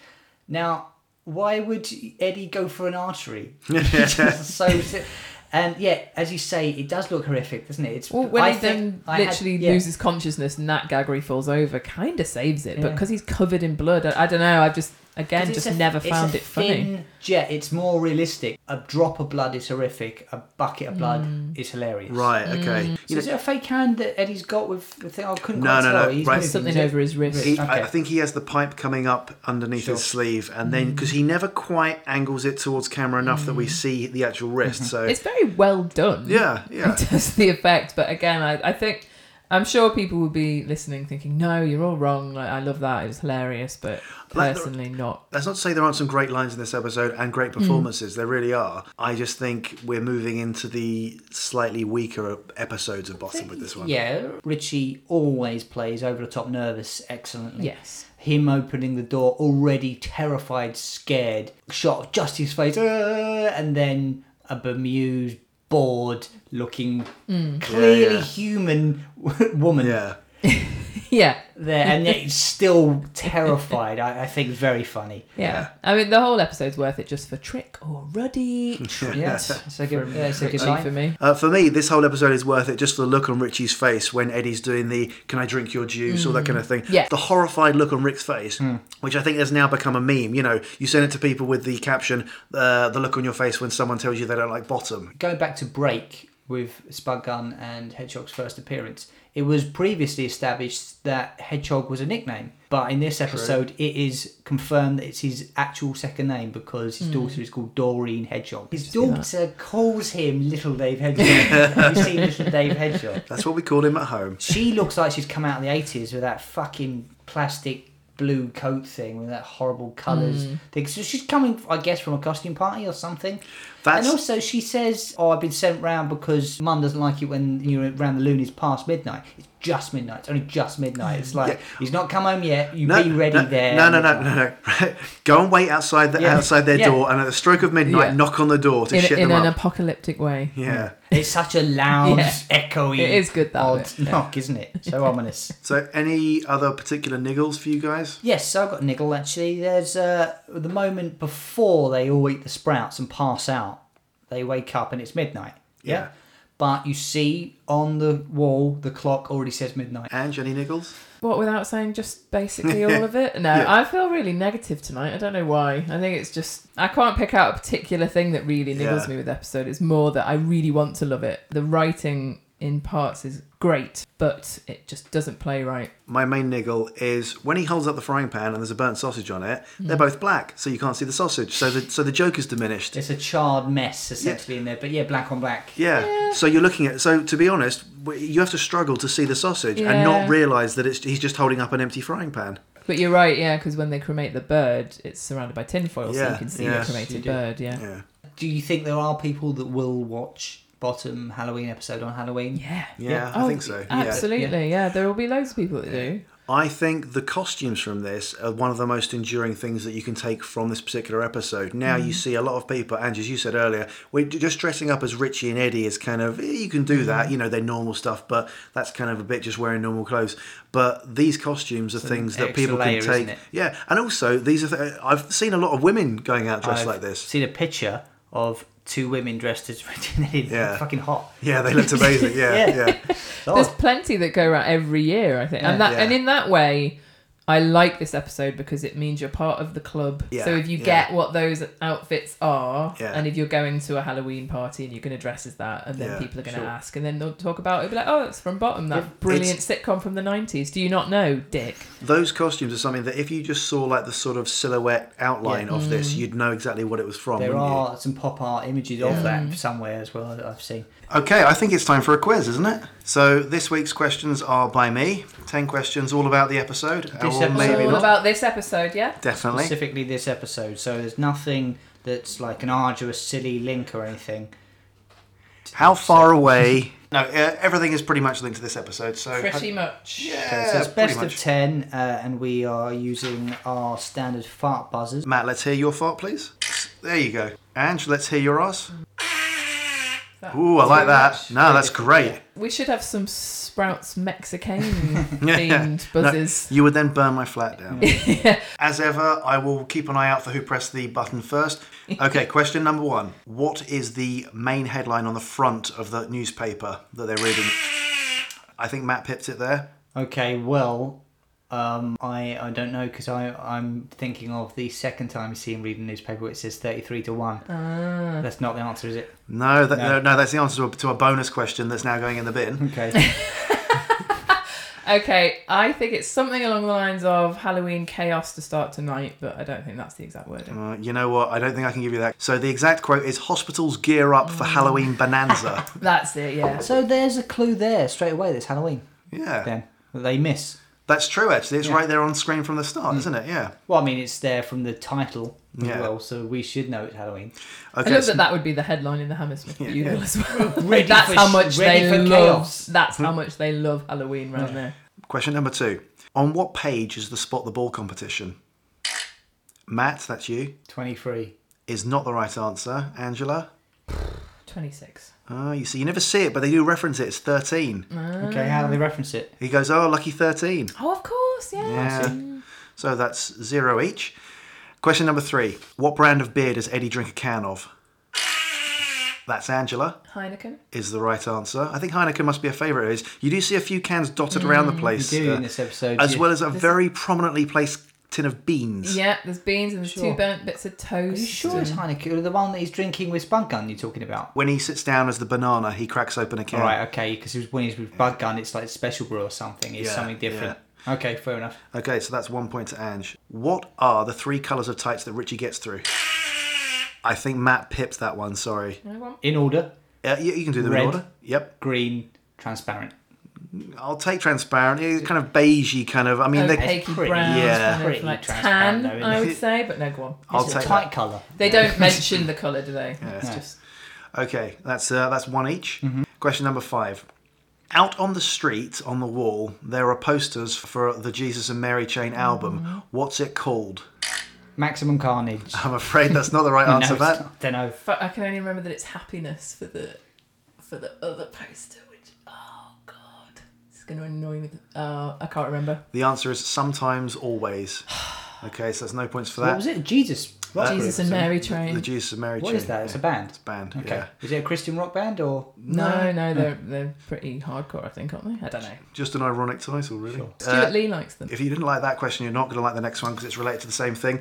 Now, why would Eddie go for an artery? so, and yeah, as you say, it does look horrific, doesn't it? It's
Well, when
I
he
think-
then
I had-
literally
yeah.
loses consciousness and that Gaggery falls over, kind of saves it, but
Yeah.
because he's covered in blood, I, I don't know. I've just again
'Cause it's
just
a-
never
it's
found
a
it funny.
thin Jet, it's more realistic. A drop of blood is horrific. A bucket of blood
Mm.
is hilarious.
Right. Okay.
So is it a fake hand that Eddie's got with the thing? I couldn't
No,
quite
no,
tell.
no,
He's
right.
moving,
Something
is it?
over his wrist.
He, I,
Okay.
I think he has the pipe coming up underneath
Sure.
his sleeve, and then
Mm.
because he never quite angles it towards camera enough that we see the actual wrist. So
Mm-hmm. It's very well done.
yeah, yeah.
It does the effect, but again, I, I think I'm sure people will be listening thinking, "No, you're all wrong." Like I love that; it was hilarious, but
Like the-
personally, not.
That's not to say there aren't some great lines in this episode and
Mm.
great performances. There really are. I just think we're moving into the slightly weaker episodes of Boston with this one.
Yeah, Richie always plays over the top nervous excellently.
Yes.
Him opening the door, already terrified, scared, shot of just his face, "Ah," and then a bemused, bored looking, clearly
yeah.
human woman
Yeah.
Yeah.
there, and yet he's still terrified. I, I think very funny.
Yeah. I mean, the whole episode's worth it just for Trick or Ruddy.
Yes, it's a good, yeah, it's a good
Richie
line.
for me.
Uh, for me, this whole episode is worth it just for the look on Richie's face when Eddie's doing the "Can I drink your juice?" all that kind of thing.
Yeah.
The horrified look on Rick's face, which I think has now become a meme. You know, you send it to people with the caption uh, "The look on your face when someone tells you they don't like bottom."
Going back to break with Spud Gun and Hedgehog's first appearance, it was previously established that Hedgehog was a nickname, but in this episode, it is confirmed that it's his actual second name because his daughter is called Doreen Hedgehog. His daughter calls him Little Dave Hedgehog. Have you seen Little Dave Hedgehog?
That's what we call him at home.
She looks like she's come out of the eighties with that fucking plastic blue coat thing with that horrible colours thing. So she's coming, I guess, from a costume party or something.
That's-
And also, she says, "Oh, I've been sent round because Mum doesn't like it when you're around the loonies past midnight. It's just midnight. It's only just midnight. It's like he's not come home yet. You be ready
no,
there.
No, no, no, no, no. Go and wait outside the,
Yeah.
outside their
Yeah.
door, and at the stroke of midnight,
Yeah.
knock on the door to
In,
shit
in
them
an
up.
apocalyptic way.
yeah.
It's such a loud,
Yeah.
echoey.
It is good, that
odd
bit, yeah.
knock, isn't it? So ominous.
So, any other particular niggles for you guys?
Yes, so I've got a niggle actually. There's uh, the moment before they all eat the sprouts and pass out. They wake up and it's midnight. Yeah.
Yeah.
But you see on the wall the clock already says midnight.
And Jenny niggles?
What, without saying just basically all of it? No,
Yeah.
I feel really negative tonight. I don't know why. I think it's just, I can't pick out a particular thing that really niggles
Yeah.
me with the episode. It's more that I really want to love it. The writing in parts is great, but it just doesn't play right.
My main niggle is when he holds up the frying pan and there's a burnt sausage on it. They're both black, so you can't see the sausage. So the so the joke is diminished.
It's a charred mess essentially in there. But yeah, black on black.
Yeah. So you're looking at. So to be honest, w- you have to struggle to see the sausage and not
Yeah.
realize that it's he's just holding up an empty frying pan.
But you're right, yeah, because when they cremate the bird, it's surrounded by tinfoil, so
Yeah,
you can see
yes,
the
you
cremated
do.
bird, yeah.
Yeah.
Do you think there are people that will watch bottom Halloween episode on Halloween?
Yeah.
Yeah, I think so. Yeah.
Oh, Absolutely, yeah. There will be loads of people that do.
I think the costumes from this are one of the most enduring things that you can take from this particular episode. Now
Mm-hmm.
you see a lot of people, and as you said earlier, we're j- just dressing up as Richie and Eddie is kind of eh, you can do
Mm-hmm.
that, you know, they're normal stuff, but that's kind of a bit just wearing normal clothes. But these costumes are things that
extra
people
layer,
can take.
isn't it?
Yeah, and also these are th- I've seen a lot of women going out dressed
I've
like this.
Seen a picture of two women dressed as Richard.
Yeah.
Fucking hot.
Yeah, they looked amazing. Yeah,
Yeah.
yeah,
It's
There's
odd.
plenty that go around every year, I think, and
Yeah.
that
Oh. Yeah.
and in that way, I like this episode because it means you're part of the club.
Yeah,
So if you
yeah.
get what those outfits are,
Yeah.
and if you're going to a Halloween party and you're going to dress as that, and then
Yeah,
people are going to
sure.
ask, and then they'll talk about it, it'll be like, oh, it's from Bottom, that brilliant sitcom from the '90s. Do you not know, Dick?
Those costumes are something that if you just saw like the sort of silhouette outline of this, you'd know exactly what it was from.
Mm. There
wouldn't you?
are some pop art images of
Mm.
that somewhere as well. that I've seen.
Okay, I think it's time for a quiz, isn't it? So this week's questions are by me. Ten questions, all about the episode, or
episode.
maybe
All
not.
about this episode, yeah.
Definitely.
specifically this episode. So there's nothing that's like an arduous, silly link or anything.
How far away? No, uh, everything is pretty much linked to this episode. So
Pretty much.
Yeah,
so it's
pretty
best of
much.
ten, uh, and we are using our standard fart buzzers.
Matt, let's hear your fart, please. There you go. Ange, let's hear your ass.
That
Ooh, I
too
like that.
much.
No, that's great.
We should have some Sprouts Mexican themed
No,
buzzes.
you would then burn my flat down. As ever, I will keep an eye out for who pressed the button first. Okay, question number one. What is the main headline on the front of the newspaper that they're reading? I think Matt pipped it there.
Okay, well, um, I I don't know because I I'm thinking of the second time you see him reading a newspaper, it says thirty three to one. That's not the answer, is it?
No, that, no.
No.
no, that's the answer to a, to a bonus question that's now going in the bin.
Okay.
Okay, I think it's something along the lines of Halloween chaos to start tonight, but I don't think that's the exact wording.
Uh, you know what? I don't think I can give you that. So the exact quote is "Hospitals gear up for Halloween bonanza."
That's it, yeah.
so there's a clue there straight away. That's Halloween.
yeah,
Then that they miss.
that's true. Actually, it's right there on screen from the start, isn't it? Yeah.
Well, I mean, it's there from the title as
Yeah.
well, so we should know it's Halloween.
I
Okay.
love
so-
that that would be the headline in the Hammersmith Bugle as well.
Ready
that's
for
how
sh-
much
ready
they
for
love.
chaos. Hmm.
That's how much they love Halloween round there.
Question number two. On what page is the spot the ball competition? Matt, that's you,
Twenty three.
is not the right answer. Angela?
Twenty six.
Oh, you see, you never see it, but they do reference it. It's 13.
Okay, how do they reference it?
He goes, oh, lucky 13.
Oh, of course, yeah.
Yeah. So that's zero each. Question number three. What brand of beer does Eddie drink a can of? That's Angela,
Heineken.
is the right answer. I think Heineken must be a favourite of his. You do see a few cans dotted around the place.
Do
uh,
in this episode
as
yeah.
well as a very prominently placed tin of beans.
Yeah, there's beans and there's
Sure.
two burnt bits of toast.
Are you sure it's Heineken? Or The one that he's drinking with Spunk Gun you're talking about?
When he sits down as the banana, he cracks open a can.
All right, okay, because when he's with Bug Gun, it's like Special Brew or something. It's
Yeah,
something different. Okay, fair enough.
Okay, so that's one point to Ange. What are the three colours of tights that Richie gets through? I think Matt pipped that one, sorry.
No one?
In order,
Uh, you, you can do them in
Red.
order. Yep.
green, transparent.
I'll take transparent. It's kind of beigey, kind of. I mean, they-
Opaque
pretty-
brown,
yeah.
Oh, kind of
Pretty
like
transparent,
tan,
though, isn't
I
it?
would say, but no, go on.
I'll
It's
take
a
that.
tight colour.
They don't mention the colour, do they? It's
No.
just
Okay, that's uh, that's one each.
Mm-hmm.
Question number five. Out on the street, on the wall, there are posters for the Jesus and Mary Chain album.
Mm-hmm.
What's it called?
Maximum Carnage.
I'm afraid that's not the right answer.
no,
for that
I don't know.
But I can only remember that it's happiness for the for the other poster, which oh god, it's going to annoy me. Oh, I can't remember.
The answer is sometimes, always. Okay, so that's no points for
What
that.
was it? Jesus. Rock
Jesus
group.
and Mary
The
Train.
Jesus and Mary
What
Chain.
is that? It's a
Yeah,
band.
band.
Okay.
Yeah.
Is it a Christian rock band or?
No, no, they're they're pretty hardcore, I think, aren't they? I don't know.
Just an ironic title, really. Uh,
Stuart Lee likes them.
If you didn't like that question, you're not going to like the next one because it's related to the same thing.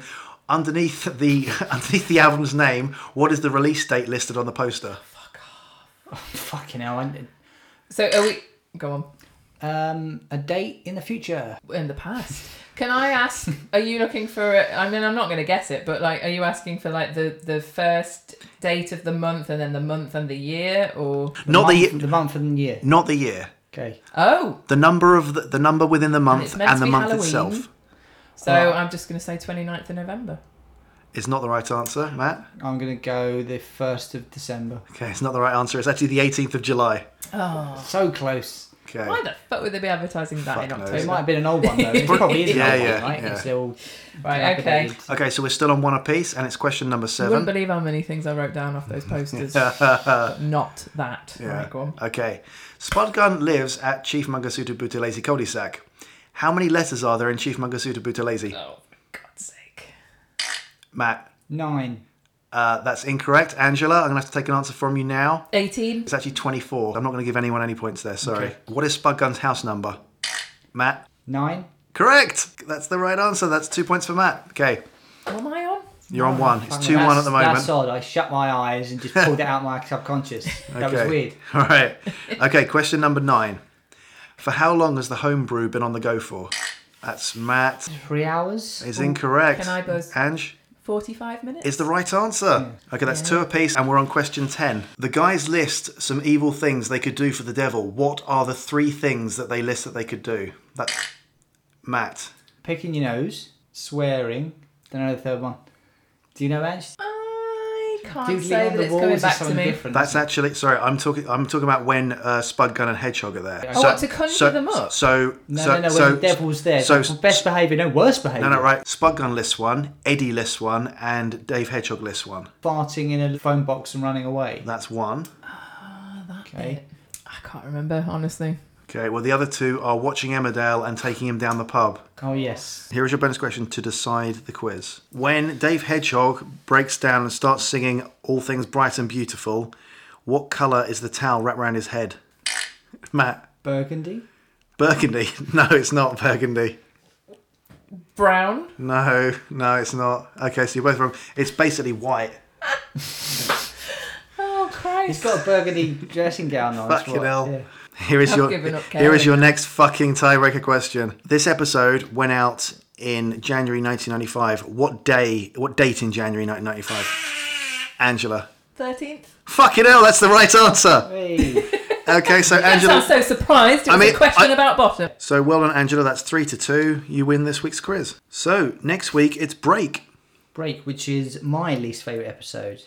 Underneath the underneath the album's name, what is the release date listed on the poster?
Fucking hell. I,
So are we? Go on.
um, a date in the future.
In the past, can I ask? Are you looking for? A, I mean, I'm not going to guess it, but like, are you asking for like the the first date of the month and then the month and the year, or
not the
month,
year,
the month and the year.
not the year.
Okay.
oh?
The number of the, the number within the month
it's
and,
meant to
the
be
month
Halloween.
itself
So
Right.
I'm just going to say 29th of November.
is not the right answer, Matt.
I'm gonna go the first of December.
Okay, it's not the right answer. It's actually the 18th of July.
Oh.
So close.
Okay.
Why the fuck would they be advertising that
Fuck
in
knows.
October?
It might have been an old one though. It probably is an
Yeah,
old
yeah,
one, right?
yeah.
It's still
Right, okay.
dilapidated.
Okay, so we're still on one apiece, and it's question number
You wouldn't
seven.
believe how many things I wrote down off those posters. But not that. Right, go on.
Okay. Spudgun lives at Chief Mangasuta Butalazy cul-de-sac. How many letters are there in Chief Mangasuta Butalazy?
Oh, for God's sake.
Matt,
Nine.
uh, that's incorrect. Angela, I'm going to have to take an answer from you now.
18.
It's actually 24. I'm not going to give anyone any points there, sorry.
Okay.
What is Spudgun's house number? Matt?
Nine.
Correct! That's the right answer. That's two points for Matt. Okay,
What am I on?
you're on one. It's 2
That's-
1 at the moment.
Oh, That's odd. I shut my eyes and just pulled it out my subconscious. That was
Okay.
weird.
All right. Okay, question number nine. For how long has the homebrew been on the go for? That's Matt.
Three hours.
Is incorrect.
Can I buzz?
Ange
45 minutes?
is the right answer.
Hmm.
Okay, that's two apiece, and we're on question 10. The guys list some evil things they could do for the devil. What are the three things that they list that they could do? That's Matt.
Picking your nose, swearing. Don't know the third one. Do you know Ange?
I can't
Doodling
say
on
that
the
it's
walls
coming
is
back to
something
me.
different.
That's actually sorry. I'm talking. I'm talking about when uh, Spudgun and Hedgehog are there.
Oh,
what, to conjure
so,
them up?
So
No,
so,
no, no.
so,
when the devil's there,
So
so best behaviour, no worst behaviour.
No, no, right. Spudgun lists one, Eddie lists one, and Dave Hedgehog lists one.
Farting in a phone box and running away.
That's one.
Okay.
I can't remember, honestly.
Okay, well, the other two are watching Emmerdale and taking him down the pub.
Oh yes.
Here is your bonus question to decide the quiz. When Dave Hedgehog breaks down and starts singing All Things Bright and Beautiful, what colour is the towel wrapped around his head? Matt.
Burgundy.
Burgundy. No, it's not burgundy.
Brown.
No, no, it's not. Okay, so you're both wrong. It's basically white.
Oh
He's
Christ!
got a burgundy dressing gown on. that's
Fucking
what-
hell.
yeah.
Here is
I've
your
given up
here is
caring
your
now.
next fucking tiebreaker question. This episode went out in January 1995. What day? What date in January 1995? Angela.
Thirteenth.
Fucking hell, that's the right answer.
Hey.
Okay, so
I sound
Angela.
so surprised. It was
I mean,
a question
I-
about bottom.
So well done, Angela. That's three to two. You win this week's quiz. So next week it's break.
Break, which is my least favorite episode.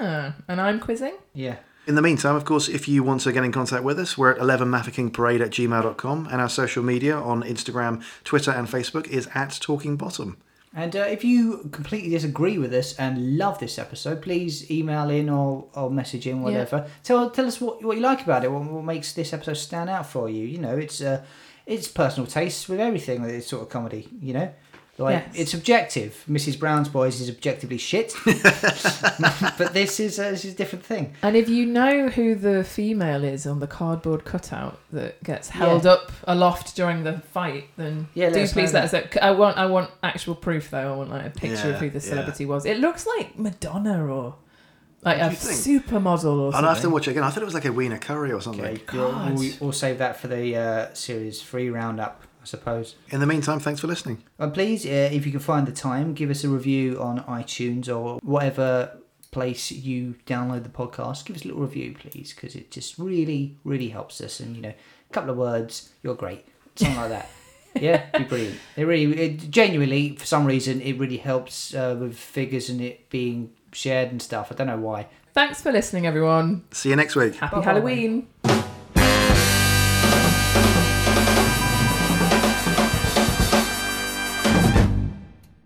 Ah, and I'm quizzing.
Yeah.
In the meantime, of course, if you want to get in contact with us, we're at 11maffickingparade at gmail.com and our social media on Instagram, Twitter, and Facebook is at Talking Bottom.
And uh, if you completely disagree with us and love this episode, please email in or, or message in, whatever. Tell tell us what, what you like about it, what, what makes this episode stand out for you. You know, it's uh, it's personal tastes with everything with this sort of comedy. You know, like
Yes.
it's objective. Mrs. Brown's Boys is objectively shit, but this is uh, this is a different thing.
And if you know who the female is on the cardboard cutout that gets held up aloft during the fight, then
Yeah, let
do
us know
please let us know. I want, I want actual proof though. I want like a picture
Yeah,
of who the
yeah.
celebrity was. It looks like Madonna or like
do
a
you think?
supermodel or
I'd have to
something.
watch it again. I thought it was like a Wiener Curry or something.
Okay,
Oh God.
we'll, we'll save that for the uh, series three roundup, I suppose.
In the meantime, thanks for listening.
And please, uh, if you can find the time, give us a review on iTunes or whatever place you download the podcast. Give us a little review, please, because it just really, really helps us. And you know, a couple of words, you're great, something like that. Yeah, be brilliant. It really, it, genuinely, for some reason, it really helps uh, with figures and it being shared and stuff. I don't know why.
Thanks for listening, everyone.
See you next week.
Happy
Bye-bye.
Halloween.